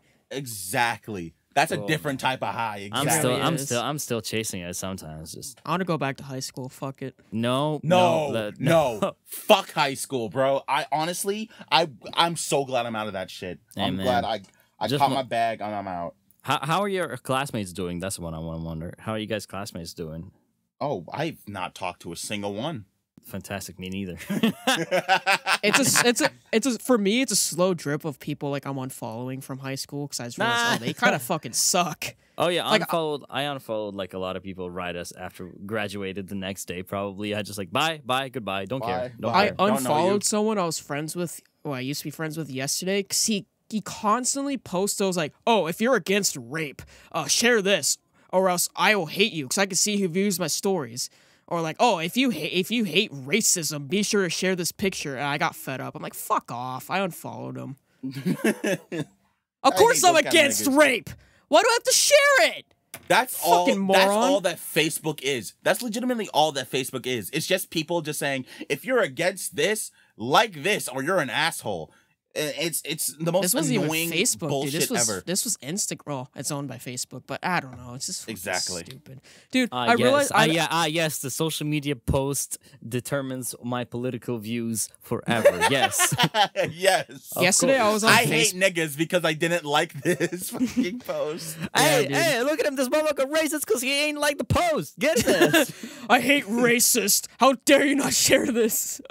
S4: exactly. That's a
S3: Oh.
S4: different type of high.
S3: I'm
S4: Exactly.
S3: still,
S2: Really
S3: I'm
S2: is.
S3: still, I'm still chasing it sometimes. Just
S2: I want to go back to high school. Fuck it.
S3: no,
S4: no,
S3: no, the-
S4: no, fuck high school, bro. I honestly, I, I'm so glad I'm out of that shit.
S3: Hey,
S4: I'm
S3: man.
S4: glad I, I
S3: Just
S4: caught
S3: wa-
S4: my bag and I'm out.
S3: How how are your classmates doing? That's what I want to wonder. How are you guys classmates doing?
S4: Oh, I've not talked to a single one.
S3: Fantastic, me neither.
S2: It's a, it's a, it's a. For me, it's a slow drip of people like I'm unfollowing from high school because I just realized
S3: Nah.
S2: oh, they kind of fucking suck.
S3: oh yeah, I
S2: Like, I-
S3: unfollowed. I unfollowed like a lot of people right us after graduated the next day. Probably I just like bye bye goodbye. Don't care.
S4: Bye,
S3: Don't
S4: bye.
S2: I
S3: care.
S4: Don't know you.
S2: unfollowed someone I was friends with, who I used to be friends with yesterday, because he, he constantly posts those like, oh, if you're against rape, uh, share this, or else I will hate you, because I can see who views my stories. Or like, oh, if you hate if you hate racism, be sure to share this picture. And I got fed up. I'm like, fuck off. I unfollowed him. Of
S4: I
S2: course
S4: hate
S2: I'm
S4: those kinda
S2: against
S4: niggas.
S2: rape. Why do I have to share it?
S4: That's all.
S2: Fucking
S4: That's
S2: moron.
S4: all that Facebook is. That's legitimately all that Facebook is. It's just people just saying, if you're against this, like this, or you're an asshole. I- It's it's the most
S2: This wasn't even
S4: annoying
S2: Facebook, dude.
S4: bullshit
S2: This was
S4: ever.
S2: this was Instagram. Well, it's owned by Facebook, but I don't know. It's just fucking
S4: Exactly.
S2: stupid, dude.
S3: Ah,
S2: I realize
S3: yes.
S2: I,
S3: ah, yeah, ah, yes. The social media post determines my political views forever. yes.
S4: yes.
S3: Of
S2: Yesterday I
S3: course.
S2: was on
S4: I
S2: Facebook.
S4: hate niggas because I didn't like this fucking post.
S3: hey,
S2: dude.
S3: hey, look at him. This motherfucker racist because he ain't like the post. Get this.
S2: I hate racist. How dare you not share this?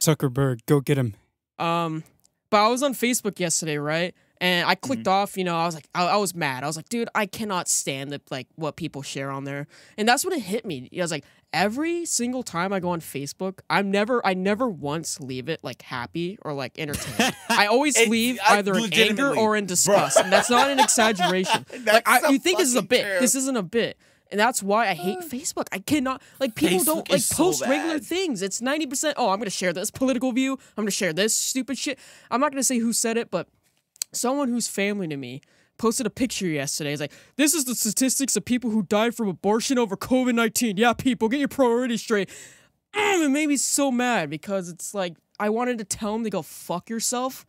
S1: Zuckerberg, go get him.
S2: Um, but I was on Facebook yesterday, right? And I clicked
S4: Mm-hmm.
S2: off. You know, I was like, I, I was mad. I was like, dude, I cannot stand the, like what people share on there. And that's when it hit me. I was like, every single time I go on Facebook, I'm never, I never once leave it like happy or like entertained. I always
S4: It-
S2: leave
S4: I-
S2: either in anger
S4: legitimately,
S2: or in
S4: bruh.
S2: disgust, and that's not an exaggeration. like,
S4: That's
S2: I,
S4: so
S2: you think this is a
S4: fucking
S2: bit?
S4: true.
S2: This isn't a bit. And that's why I hate Facebook. I cannot like people don't
S4: Facebook
S2: like
S4: is so
S2: post regular
S4: bad.
S2: things. It's 90%, oh, I'm going to share this political view. I'm going to share this stupid shit. I'm not going to say who said it, but someone who's family to me posted a picture yesterday. It's like, this is the statistics of people who died from abortion over COVID 19. Yeah, people, get your priorities straight. Mm, it made me so mad because it's like, I wanted to tell him to go fuck yourself,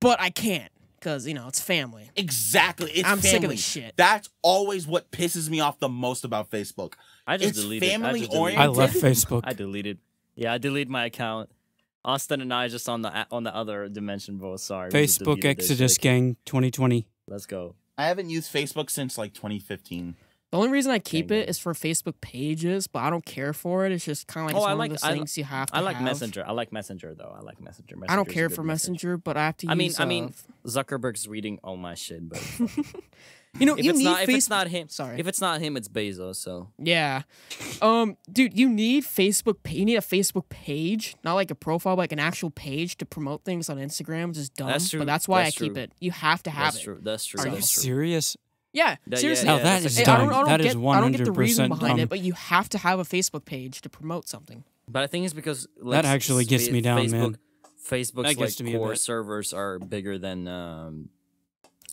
S2: but I can't because, you know, it's family.
S4: Exactly. It's
S2: I'm
S4: family.
S2: sick of this shit.
S4: That's always what pisses me off the most about Facebook.
S3: I just
S4: It's
S3: deleted. I just
S4: family-oriented.
S3: deleted.
S1: I left Facebook.
S3: I deleted. Yeah, I deleted my account. Austin and I just on the on the other dimension both. Sorry. we just
S1: Facebook
S3: deleted this
S1: Exodus
S3: shit.
S1: Gang 2020.
S3: Let's go.
S4: I haven't used Facebook since like 2015.
S2: The only reason I keep
S3: Dang
S2: it
S3: it.
S2: is for Facebook pages, but I don't care for it. It's just kind of like
S3: Oh,
S2: it's
S3: I
S2: one
S3: like-
S2: of those
S3: I li-
S2: things you have to
S3: I like
S2: have.
S3: Messenger. I like Messenger though. I like Messenger.
S2: I don't
S3: Messenger's a
S2: care
S3: good
S2: for Messenger, but I have to
S3: I mean,
S2: use
S3: I mean,
S2: uh,
S3: Zuckerberg's reading all my shit, but
S2: You know,
S3: if
S2: you
S3: it's
S2: need
S3: not,
S2: Facebook.
S3: if it's not him,
S2: Sorry.
S3: if it's not him, it's Bezos. So
S2: yeah, um, dude, you need Facebook. pa- You need a Facebook page, not like a profile, but like an actual page to promote things on Instagram. Which is dumb.
S3: That's true.
S2: But that's why
S3: That's
S2: I keep
S3: true.
S2: it. You have to have
S3: that's
S2: it.
S3: true. That's true.
S2: Are
S1: Are you
S3: That's true.
S1: serious?
S2: Yeah,
S3: That- yeah,
S2: seriously.
S1: Now
S3: yeah,
S1: that
S3: that's
S1: is
S2: I-
S3: a-
S2: I don't,
S1: dumb.
S2: I don't
S1: That
S2: get,
S1: is
S2: I don't get the
S1: 100%
S2: reason behind
S1: dumb.
S2: it, but you have to have a Facebook page to promote something.
S3: But I think it's because like,
S1: That actually gets
S3: Fa-
S1: me down,
S3: Facebook,
S1: man.
S3: Facebook's
S1: That gets
S3: like
S1: to me a
S3: core
S1: bit.
S3: servers are bigger than um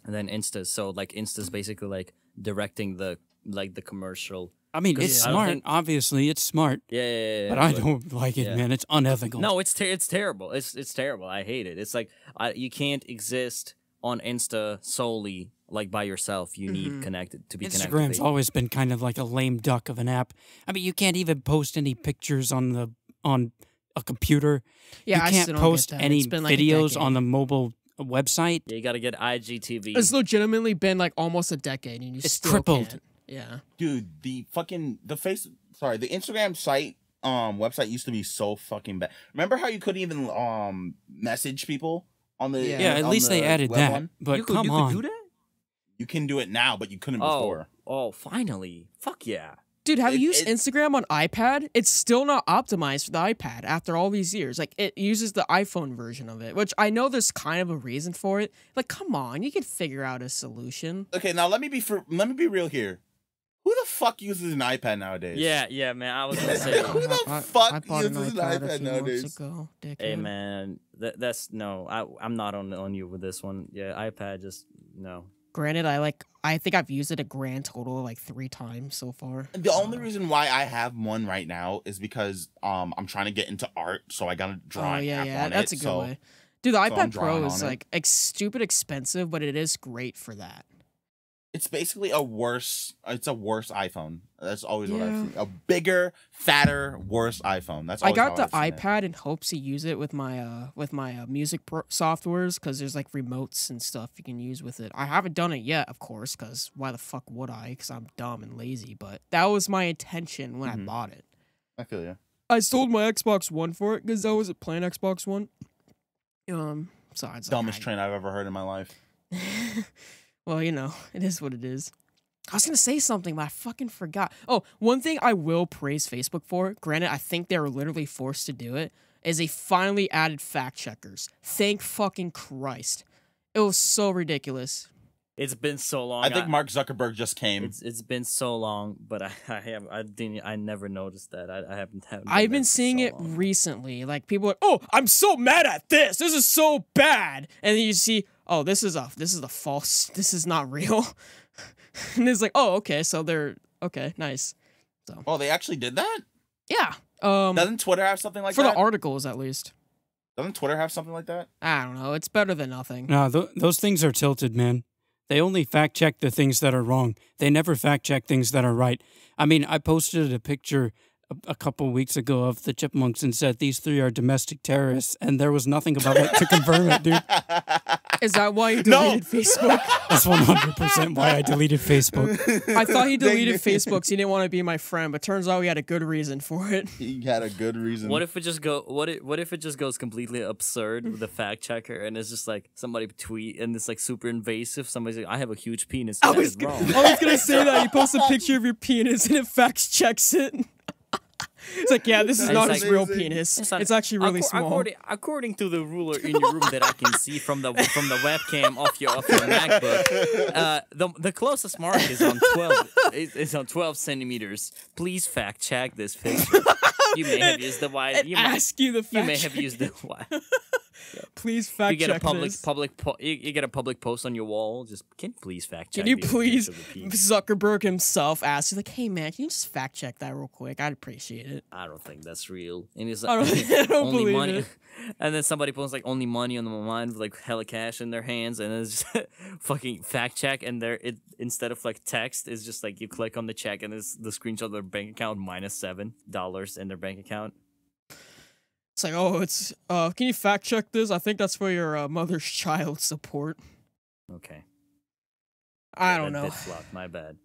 S3: than Insta. So like Insta's basically like directing the like the commercial.
S1: I mean,
S3: 'Cause
S1: it's
S3: I don't
S1: smart.
S3: think-
S1: Obviously, it's smart.
S3: Yeah, yeah, yeah.
S1: But I don't like it,
S3: yeah.
S1: man. It's unethical.
S3: No, it's ter- it's terrible. It's it's terrible. I hate it. It's like I, you can't exist on Insta solely like by yourself. You need connected to be connected.
S1: Instagram's
S3: to-
S1: always been kind of like a lame duck of an app. I mean, you can't even post any pictures on the on a computer.
S2: Yeah, I
S1: you can't
S2: still don't get
S1: post
S2: that.
S1: any
S2: It's been like a
S1: videos
S2: decade.
S1: on the mobile website.
S3: Yeah, you got to get IGTV.
S2: It's legitimately been like almost a decade, and you
S1: It's
S2: still
S1: tripled.
S2: can't. Yeah.
S4: dude the fucking the face sorry the instagram site um website used to be so fucking bad remember how you couldn't even um message people on the
S2: Yeah.
S1: Yeah, at
S4: on
S1: least they
S4: the
S1: added
S4: web
S1: that.
S4: one?
S1: But
S3: you could,
S1: come
S3: you
S1: on,
S3: could do that.
S4: you can do it now but you couldn't
S3: Oh,
S4: before
S3: oh, finally! Fuck yeah!
S2: Dude, have you
S4: It-
S2: used
S4: it-
S2: Instagram on iPad? It's still not optimized for the iPad after all these years. Like it uses the iPhone version of it, which I know there's kind of a reason for it. Like, come on, you could figure out a solution.
S4: okay now let me be for let me be real here Who the fuck uses an iPad nowadays?
S3: Yeah, yeah, man. I was gonna say.
S4: Who the fuck uses an iPad nowadays?
S2: ago. Dickhead.
S3: Hey man, that, that's no. I I'm not on on you with this one. Yeah, iPad just no.
S2: Granted, I like. I think I've used it a grand total of like three times so far.
S4: The only reason why I have one right now is because um I'm trying to get into art, so I got a drawing
S2: oh yeah,
S4: app
S2: yeah,
S4: on
S2: that's a
S4: it.
S2: good
S4: so
S2: way. Dude, the
S4: so I'm
S2: iPad Pro
S4: drawing
S2: is
S4: on it.
S2: like ex- stupid expensive, but it is great for that.
S4: it's basically a worse. It's a worse iPhone. That's always what
S2: Yeah.
S4: I've seen. A bigger, fatter, worse iPhone. That's
S2: I
S4: always
S2: got
S4: how
S2: the
S4: I've seen it.
S2: iPad in hopes to use it with my uh with my uh, music pro- softwares because there's like remotes and stuff you can use with it. I haven't done it yet, of course, because why the fuck would I? Because I'm dumb and lazy. But that was my intention when I
S4: Mhm.
S2: bought it.
S4: I feel you.
S2: I sold my Xbox One for it because I wasn't playing Xbox One. Um, so I was like,
S4: Dumbest
S2: "Ah,
S4: train I've ever heard in my life.
S2: well, you know, it is what it is. I was gonna say something, but I fucking forgot. Oh, one thing I will praise Facebook for, granted, I think they were literally forced to do it, is they finally added fact checkers. Thank fucking Christ. It was so ridiculous.
S3: It's been so long.
S4: I think Mark Zuckerberg just came.
S3: It's it's been so long, but I, I have I didn't I never noticed that. I, I haven't, haven't
S2: I've
S3: there
S2: been
S3: for
S2: seeing
S3: so
S2: it
S3: long.
S2: recently. Like people are, oh, I'm so mad at this. This is so bad. And then you see, oh, this is a this is a false. This is not real. and it's like, oh, okay, so they're okay, nice.
S4: Oh, they actually did that?
S2: Yeah. Um
S4: Doesn't Twitter have something like
S2: for
S4: that?
S2: the articles at least.
S4: Doesn't Twitter have something like that?
S2: I don't know. It's better than nothing.
S1: No, th- those things are tilted, man. They only fact check the things that are wrong. They never fact check things that are right. I mean, I posted a picture a, a couple weeks ago of the chipmunks and said these three are domestic terrorists, and there was nothing about it to confirm it, dude.
S2: Is that why you
S4: No.
S2: deleted Facebook?
S1: That's one hundred percent why I deleted Facebook.
S2: I thought he deleted Facebook so he didn't want to be my friend, but turns out he had a good reason for it.
S4: He had a good
S2: Mm-hmm.
S4: reason.
S3: What if it just go? What if, what if it just goes completely absurd with the fact checker, and it's just like somebody tweet, and it's like super invasive. Somebody's like, "I have a huge penis." That is wrong.
S2: I was gonna say that you post a picture of your penis and it fact checks it. it's like, yeah, this is
S3: It's
S2: not
S3: like-
S2: his real penis. It's,
S3: like-
S2: actually really
S3: Acco-
S2: small.
S3: According, according to the ruler in your room that I can see from the from the webcam off your off your MacBook, uh, the the closest mark is on twelve is, is on twelve centimeters. Please fact check this picture. You may have used the wide.
S2: and
S3: You may,
S2: ask you the
S3: you
S2: fact.
S3: may have
S2: check-
S3: used the wide.
S2: Please fact
S3: You get a
S2: check
S3: public
S2: this.
S3: public po- you, you get a public post on your wall. Just can you please fact check?
S2: Can you
S3: the image
S2: please
S3: of the penis?"
S2: Zuckerberg himself asked like, hey man, can you just fact check that real quick? I'd appreciate it.
S3: I don't think that's real. And he's
S2: I
S3: like,
S2: don't- I don't
S3: only
S2: believe
S3: money.
S2: it.
S3: And then somebody posts like only money on the mind with like hella cash in their hands, and it's just fucking fact check. And there, it instead of like text, it's just like you click on the check, and it's the screenshot of their bank account minus seven dollars in their bank account.
S2: It's like, oh, it's. Uh, can you fact check this? I think that's for your uh, mother's child support.
S3: Okay,
S2: I
S3: Yeah,
S2: don't
S3: that
S2: know.
S3: did flop. My bad.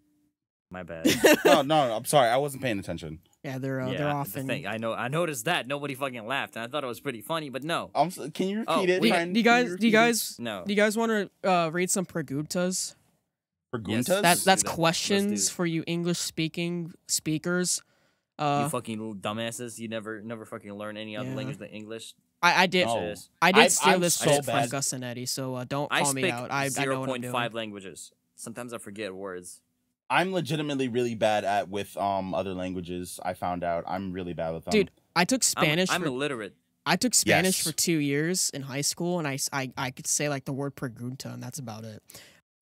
S3: My bad.
S4: no, no, I'm sorry. I wasn't paying attention.
S2: Yeah, they're uh,
S3: yeah,
S2: they're
S3: that's the
S2: often.
S3: thing. I know. I noticed that nobody fucking laughed, and I thought it was pretty funny, but no,
S4: I'm so, can you repeat
S3: Oh,
S4: it?
S2: Do
S3: wait.
S2: you,
S4: Ryan?
S2: do you
S4: Can
S2: guys? Do you guys?
S3: no.
S2: Do you guys want to uh, read some preguntas?
S4: repeat it?
S3: Yes.
S2: That
S4: Preguntas?
S3: do
S2: that's
S3: that. Let's do
S2: questions
S3: it.
S2: for you English speaking speakers.
S3: you
S2: Uh,
S3: fucking little dumbasses! You never, never fucking learn any other
S2: Yeah.
S3: language than English.
S2: I, I did
S4: No.
S3: Yes.
S2: I did
S4: I'm-
S2: steal
S4: I'm
S2: this
S4: so
S2: shit from
S4: bad.
S2: Gus and Eddie, so uh, don't
S3: I
S2: call
S3: speak
S2: me out. I, I know
S3: zero
S2: what I'm
S3: point
S2: doing.
S3: five languages. Sometimes I forget words.
S4: I'm legitimately really bad at with um other languages. I found out I'm really bad with them.
S2: Dude, I took
S3: I'm-
S2: Spanish.
S3: I'm,
S2: for,
S3: illiterate.
S2: I took Spanish
S4: Yes.
S2: for two years in high school, and I, s- I- I could say like the word pregunta, and that's about it.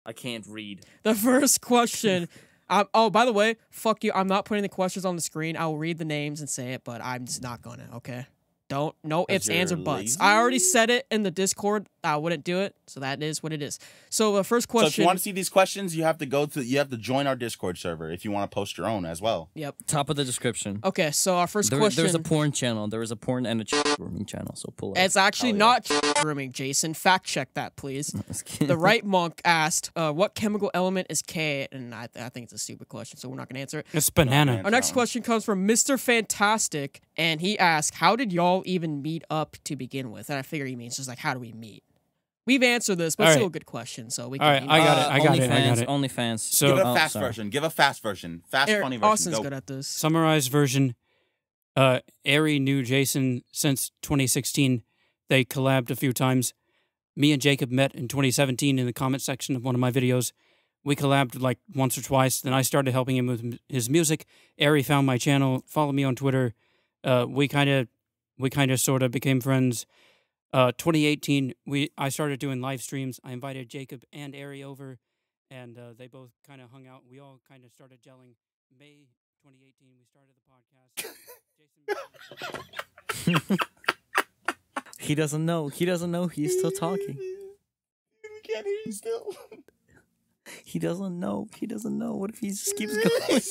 S3: I can't read.
S2: The first question. Um, oh, by the way, fuck you. I'm not putting the questions on the screen. I will read the names and say it, but I'm just not gonna. Okay. Don't no
S4: 'Cause
S2: ifs, ands, or
S4: you're
S2: buts.
S4: lazy?
S2: I already said it in the Discord. I wouldn't do it, so that is what it is. So the first
S4: so if you
S2: question.
S4: want to see these questions, you have to go to you have to join our Discord server if you want to post your own as well.
S2: yep.
S3: Top of the description.
S2: Okay. So our Oh, first question.
S3: porn channel. There is a porn and a grooming channel. So pull
S2: it's actually
S3: Hell yeah.
S2: not grooming, Jason. Fact check that, please. the right monk asked, uh, "What chemical element is K?" And I, I think it's a stupid question, so we're not gonna answer it.
S1: It's banana.
S4: man.
S2: Our next
S4: Um,
S2: question comes from Mr. Fantastic, and he asks, How did y'all even meet up to begin with? And I figure he means just like, How do we meet? We've answered this, but
S1: All
S2: it's still a
S1: right.
S2: good question. So we
S1: All
S2: can.
S1: right, I got it.
S2: it.
S1: I got it. I got it.
S3: OnlyFans.
S1: So-
S4: Give a
S3: Oh,
S4: fast
S3: sorry.
S4: version. Give a fast version. Fast funny version.
S2: Austin's
S4: go.
S2: good at this.
S1: Summarized version. Uh, Ari knew Jason since 2016. They collabed a few times. Me and Jacob met in 2017 in the comment section of one of my videos. We collabed like once or twice. Then I started helping him with m- his music. Ari found my channel, followed me on Twitter. Uh, we kind of, we kind of sort of became friends. Uh, 2018, we I started doing live streams. I invited Jacob and Ari over, and uh, they both kind of hung out. We all kind of started gelling. May 2018, we started the podcast. Jason.
S3: He doesn't know. He doesn't know he's still talking.
S4: We can't hear you still.
S3: He doesn't know. He doesn't know. What if he just keeps going?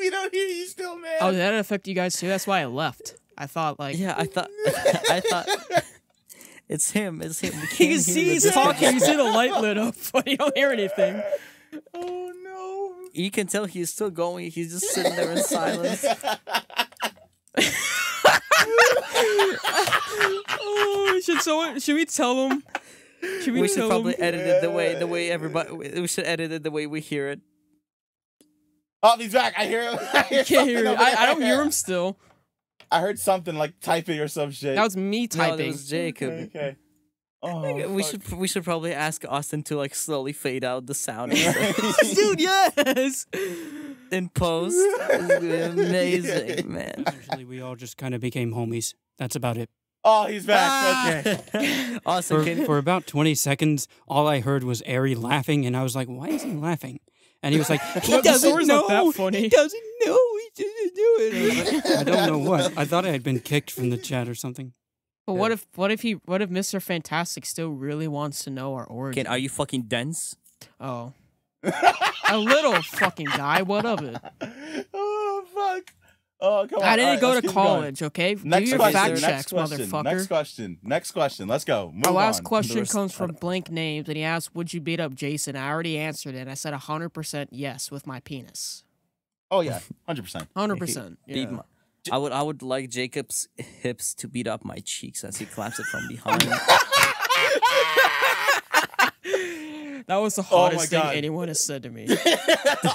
S4: we don't hear you still, man.
S2: Oh, did that affect you guys too? That's why I left. I thought like
S3: Yeah, I thought. I thought. It's him. It's him.
S2: he
S3: We can't
S2: can
S3: hear
S2: see
S3: the
S2: he's
S3: difference.
S2: talking. You see the light lit up, but you don't hear anything.
S4: oh no.
S3: You can tell he's still going. He's just sitting there in silence.
S2: Oh, should someone? Should we tell him? Should we,
S3: We
S2: tell
S3: should probably
S2: him?
S3: edit it the way the way everybody. We should edit it the way we hear it.
S4: Oh, he's back. I hear him. I hear
S2: Can't hear him.
S4: something over
S2: I, I don't
S4: there.
S2: hear him still.
S4: I heard something like typing or some shit.
S2: That was me
S3: No, that
S2: typing.
S3: was Jacob.
S4: okay. Oh,
S3: we
S4: fuck.
S3: should we should probably ask Austin to like slowly fade out the sound
S2: Dude, yes.
S3: in post. It's gonna be amazing, man.
S1: Essentially, we all just kind of became homies. That's about it.
S4: Oh, he's back.
S2: Ah.
S4: Okay.
S3: Ah. Austin,
S1: For,
S3: can
S1: for about 20 seconds, all I heard was Ari laughing, and I was like, why is he laughing? And he was like, he
S2: But the
S1: doesn't
S2: story's
S1: know.
S2: not that funny."
S1: He doesn't know. He didn't do it. I was like, I don't know what. I thought I had been kicked from the chat or something.
S2: But what if what if he what if Mr. Fantastic still really wants to know our origin?
S3: Can, are you fucking dense?
S2: oh. A little fucking guy, what of it?
S4: oh fuck. Oh come on.
S2: I
S4: All
S2: didn't
S4: right,
S2: go
S4: let's
S2: to
S4: keep going.
S2: college, okay?
S4: Next
S2: Do your
S4: question.
S2: fact
S4: next
S2: checks,
S4: question.
S2: motherfucker.
S4: Next question. Next question. Let's go. Move
S2: Our last
S4: on.
S2: question
S3: rest-
S2: comes from blank names, and he asked, "Would you beat up Jason?" I already answered it. I said hundred percent yes with my penis.
S4: Oh yeah, hundred percent.
S2: Hundred percent.
S3: Beat my, I would I would like Jacob's hips to beat up my cheeks as he claps it from behind.
S2: That was the
S4: Oh my
S2: hardest thing
S4: God. Oh
S2: anyone has said to me.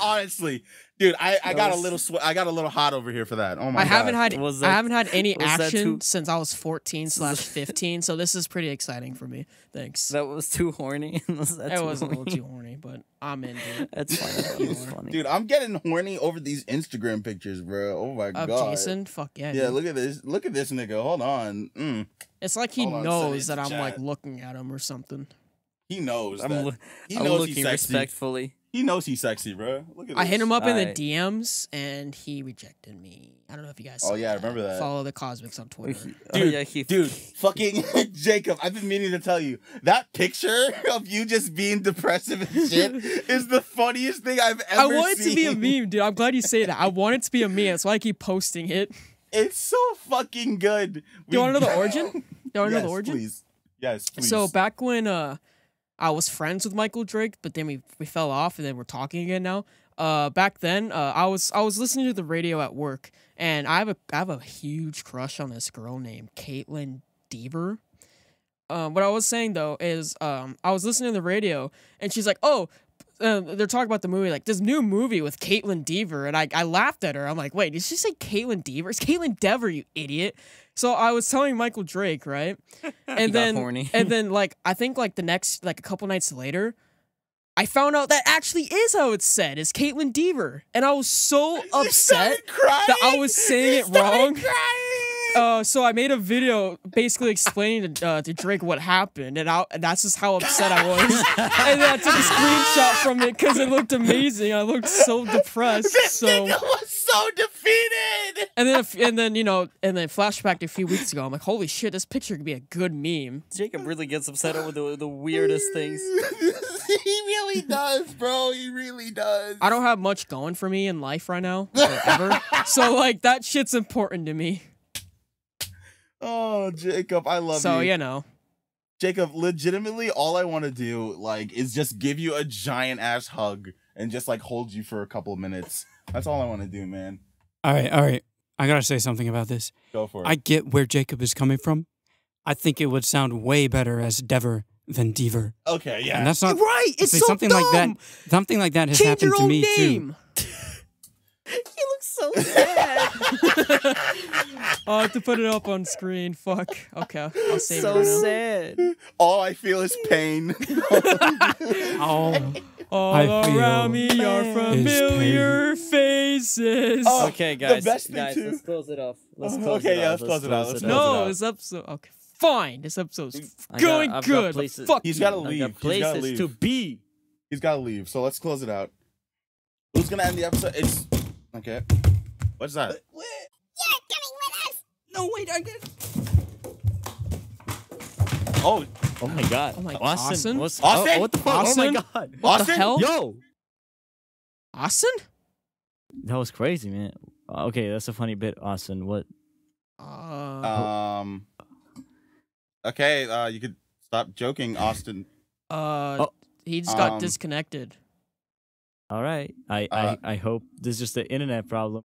S4: Honestly, dude, I, I got a
S3: was-
S4: little swe- I got a little hot over here for that. Oh my
S2: I haven't
S4: God.
S2: had
S3: Was
S2: I
S3: that-
S2: haven't had any
S3: was that
S2: action
S3: too-
S2: since I was fourteen slash fifteen, so this is pretty exciting for me. Thanks.
S3: that was too horny. was that
S2: That
S3: too
S2: was a little
S3: horny?
S2: too horny, but I'm in.
S4: Oh
S2: Dude.
S3: That's funny. That was funny.
S4: Dude, I'm getting horny over these Instagram pictures, bro. Oh my
S2: Up
S4: god.
S2: Jason, fuck yeah.
S4: Yeah,
S2: dude.
S4: look at this. Look at this nigga. Hold on. Mm.
S2: it's like he
S4: hold on, send
S2: knows
S4: it
S2: that
S4: to
S2: I'm like
S4: chat.
S2: looking at him or something.
S4: He knows.
S3: I'm,
S4: that.
S3: loo-
S4: he
S3: I'm
S4: knows
S3: looking
S4: he's sexy.
S3: respectfully.
S4: He knows he's sexy, bro. Look at this.
S2: I hit him up in the
S3: Alright.
S2: DMs and he rejected me. I don't know if you guys.
S4: Oh,
S2: saw
S4: yeah, I remember that.
S2: Follow the Cosmics on Twitter.
S3: oh,
S4: Dude,
S3: yeah, he,
S4: Dude, fucking Jacob, I've been meaning to tell you that picture of you just being depressive and shit is the funniest thing I've
S2: I
S4: ever.
S2: want it to be a
S4: seen.
S2: meme, dude. I'm glad you say that. I want it to be a meme. That's why I keep posting it. Do
S4: It's so fucking good. Do
S2: you want to know the origin? Do you want to know the origin?
S4: Please. Yes, please.
S2: So back when uh I was friends with Michael Drake, but then we we fell off and then we're talking again now. Uh back then, uh I was I was listening to the radio at work and I have a I have a huge crush on this girl named Caitlin Deaver. Um, what I was saying though is um I was listening to the radio and she's like, "Oh, uh, they're talking about the movie, like this new movie with Caitlin Deaver, and I, I laughed at her. I'm like, wait, did she say Caitlin Deaver? It's Caitlin Dever, you idiot. So I was telling Michael Drake, right? And
S3: got
S2: then
S3: horny.
S2: and then like I think like the next like a couple nights later, I found out that actually is how it's said, is Caitlin Deaver. And I was so
S4: You started
S2: upset
S4: crying?
S2: that I was saying
S4: You
S2: it
S4: started
S2: wrong.
S4: crying?
S2: Uh, so I made a video basically explaining to, uh, to Drake what happened, and, I, and that's just how upset I was. and then I took a screenshot from it because it looked amazing. I looked so depressed.
S4: this
S2: So
S4: nigga was so defeated.
S2: and then if- and then you know and then flashback to a few weeks ago. I'm like, holy shit, this picture could be a good meme.
S3: Jacob really gets upset over the, the weirdest things.
S4: he really does, bro. He really does.
S2: I don't have much going for me in life right now, or ever. so like that shit's important to me.
S4: Oh, Jacob, I love
S2: so
S4: you.
S2: you know,
S4: Jacob, legitimately, all I want to do, like, is just give you a giant ass hug and just like hold you for a couple of minutes. That's all I want to do, man.
S1: All right, all right. I got to say something about this.
S4: Go for it.
S1: I get where Jacob is coming from. I think it would sound way better as Dever than Deaver.
S4: okay, yeah.
S1: And that's not
S2: right?
S1: see, something like that. Something like that has happened to me too.
S2: Too.
S3: He looks
S2: so sad. oh, I have to put it up on screen. Fuck. Okay, I'll save
S3: so
S2: it. right
S3: sad.
S4: All I feel is pain.
S1: Oh,
S2: now. All
S1: I
S2: around
S1: feel
S2: me are familiar faces.
S4: Oh,
S3: Okay,
S4: the
S3: guys,
S4: best thing
S3: guys,
S4: too-
S3: let's close it off. Let's
S4: Oh,
S3: close
S4: okay,
S3: it
S4: yeah,
S3: off.
S4: let's close it out, let's close it
S2: no, this episode. Okay, fine. This episode's f-
S3: I got-
S2: going
S3: I've got
S2: good. but
S3: places-
S2: Fuck
S4: He's
S2: you.
S4: gotta
S3: I've
S4: leave.
S3: got
S4: He's gotta
S3: places to
S4: leave.
S3: be.
S4: He's got to leave, so let's close it out. Who's gonna end the episode? It's okay. What's that?
S5: You're coming with us!
S1: no, wait, I got
S4: Oh,
S3: Oh my god.
S2: Oh my-
S3: Austin.
S2: Austin?
S3: what's-
S4: Austin?
S3: Oh, what the fuck?
S2: Austin?
S3: Oh my god.
S2: What
S4: Austin?
S2: the hell?
S3: Yo.
S2: Austin?
S3: That was crazy, man. Uh, Okay, that's a funny bit, Austin. What?
S2: Uh,
S4: um. Okay, uh, you could stop joking, Austin.
S2: uh,
S3: oh,
S2: he just got
S4: um,
S2: disconnected.
S3: All right. I,
S4: Uh,
S3: I, I hope this is just an internet problem.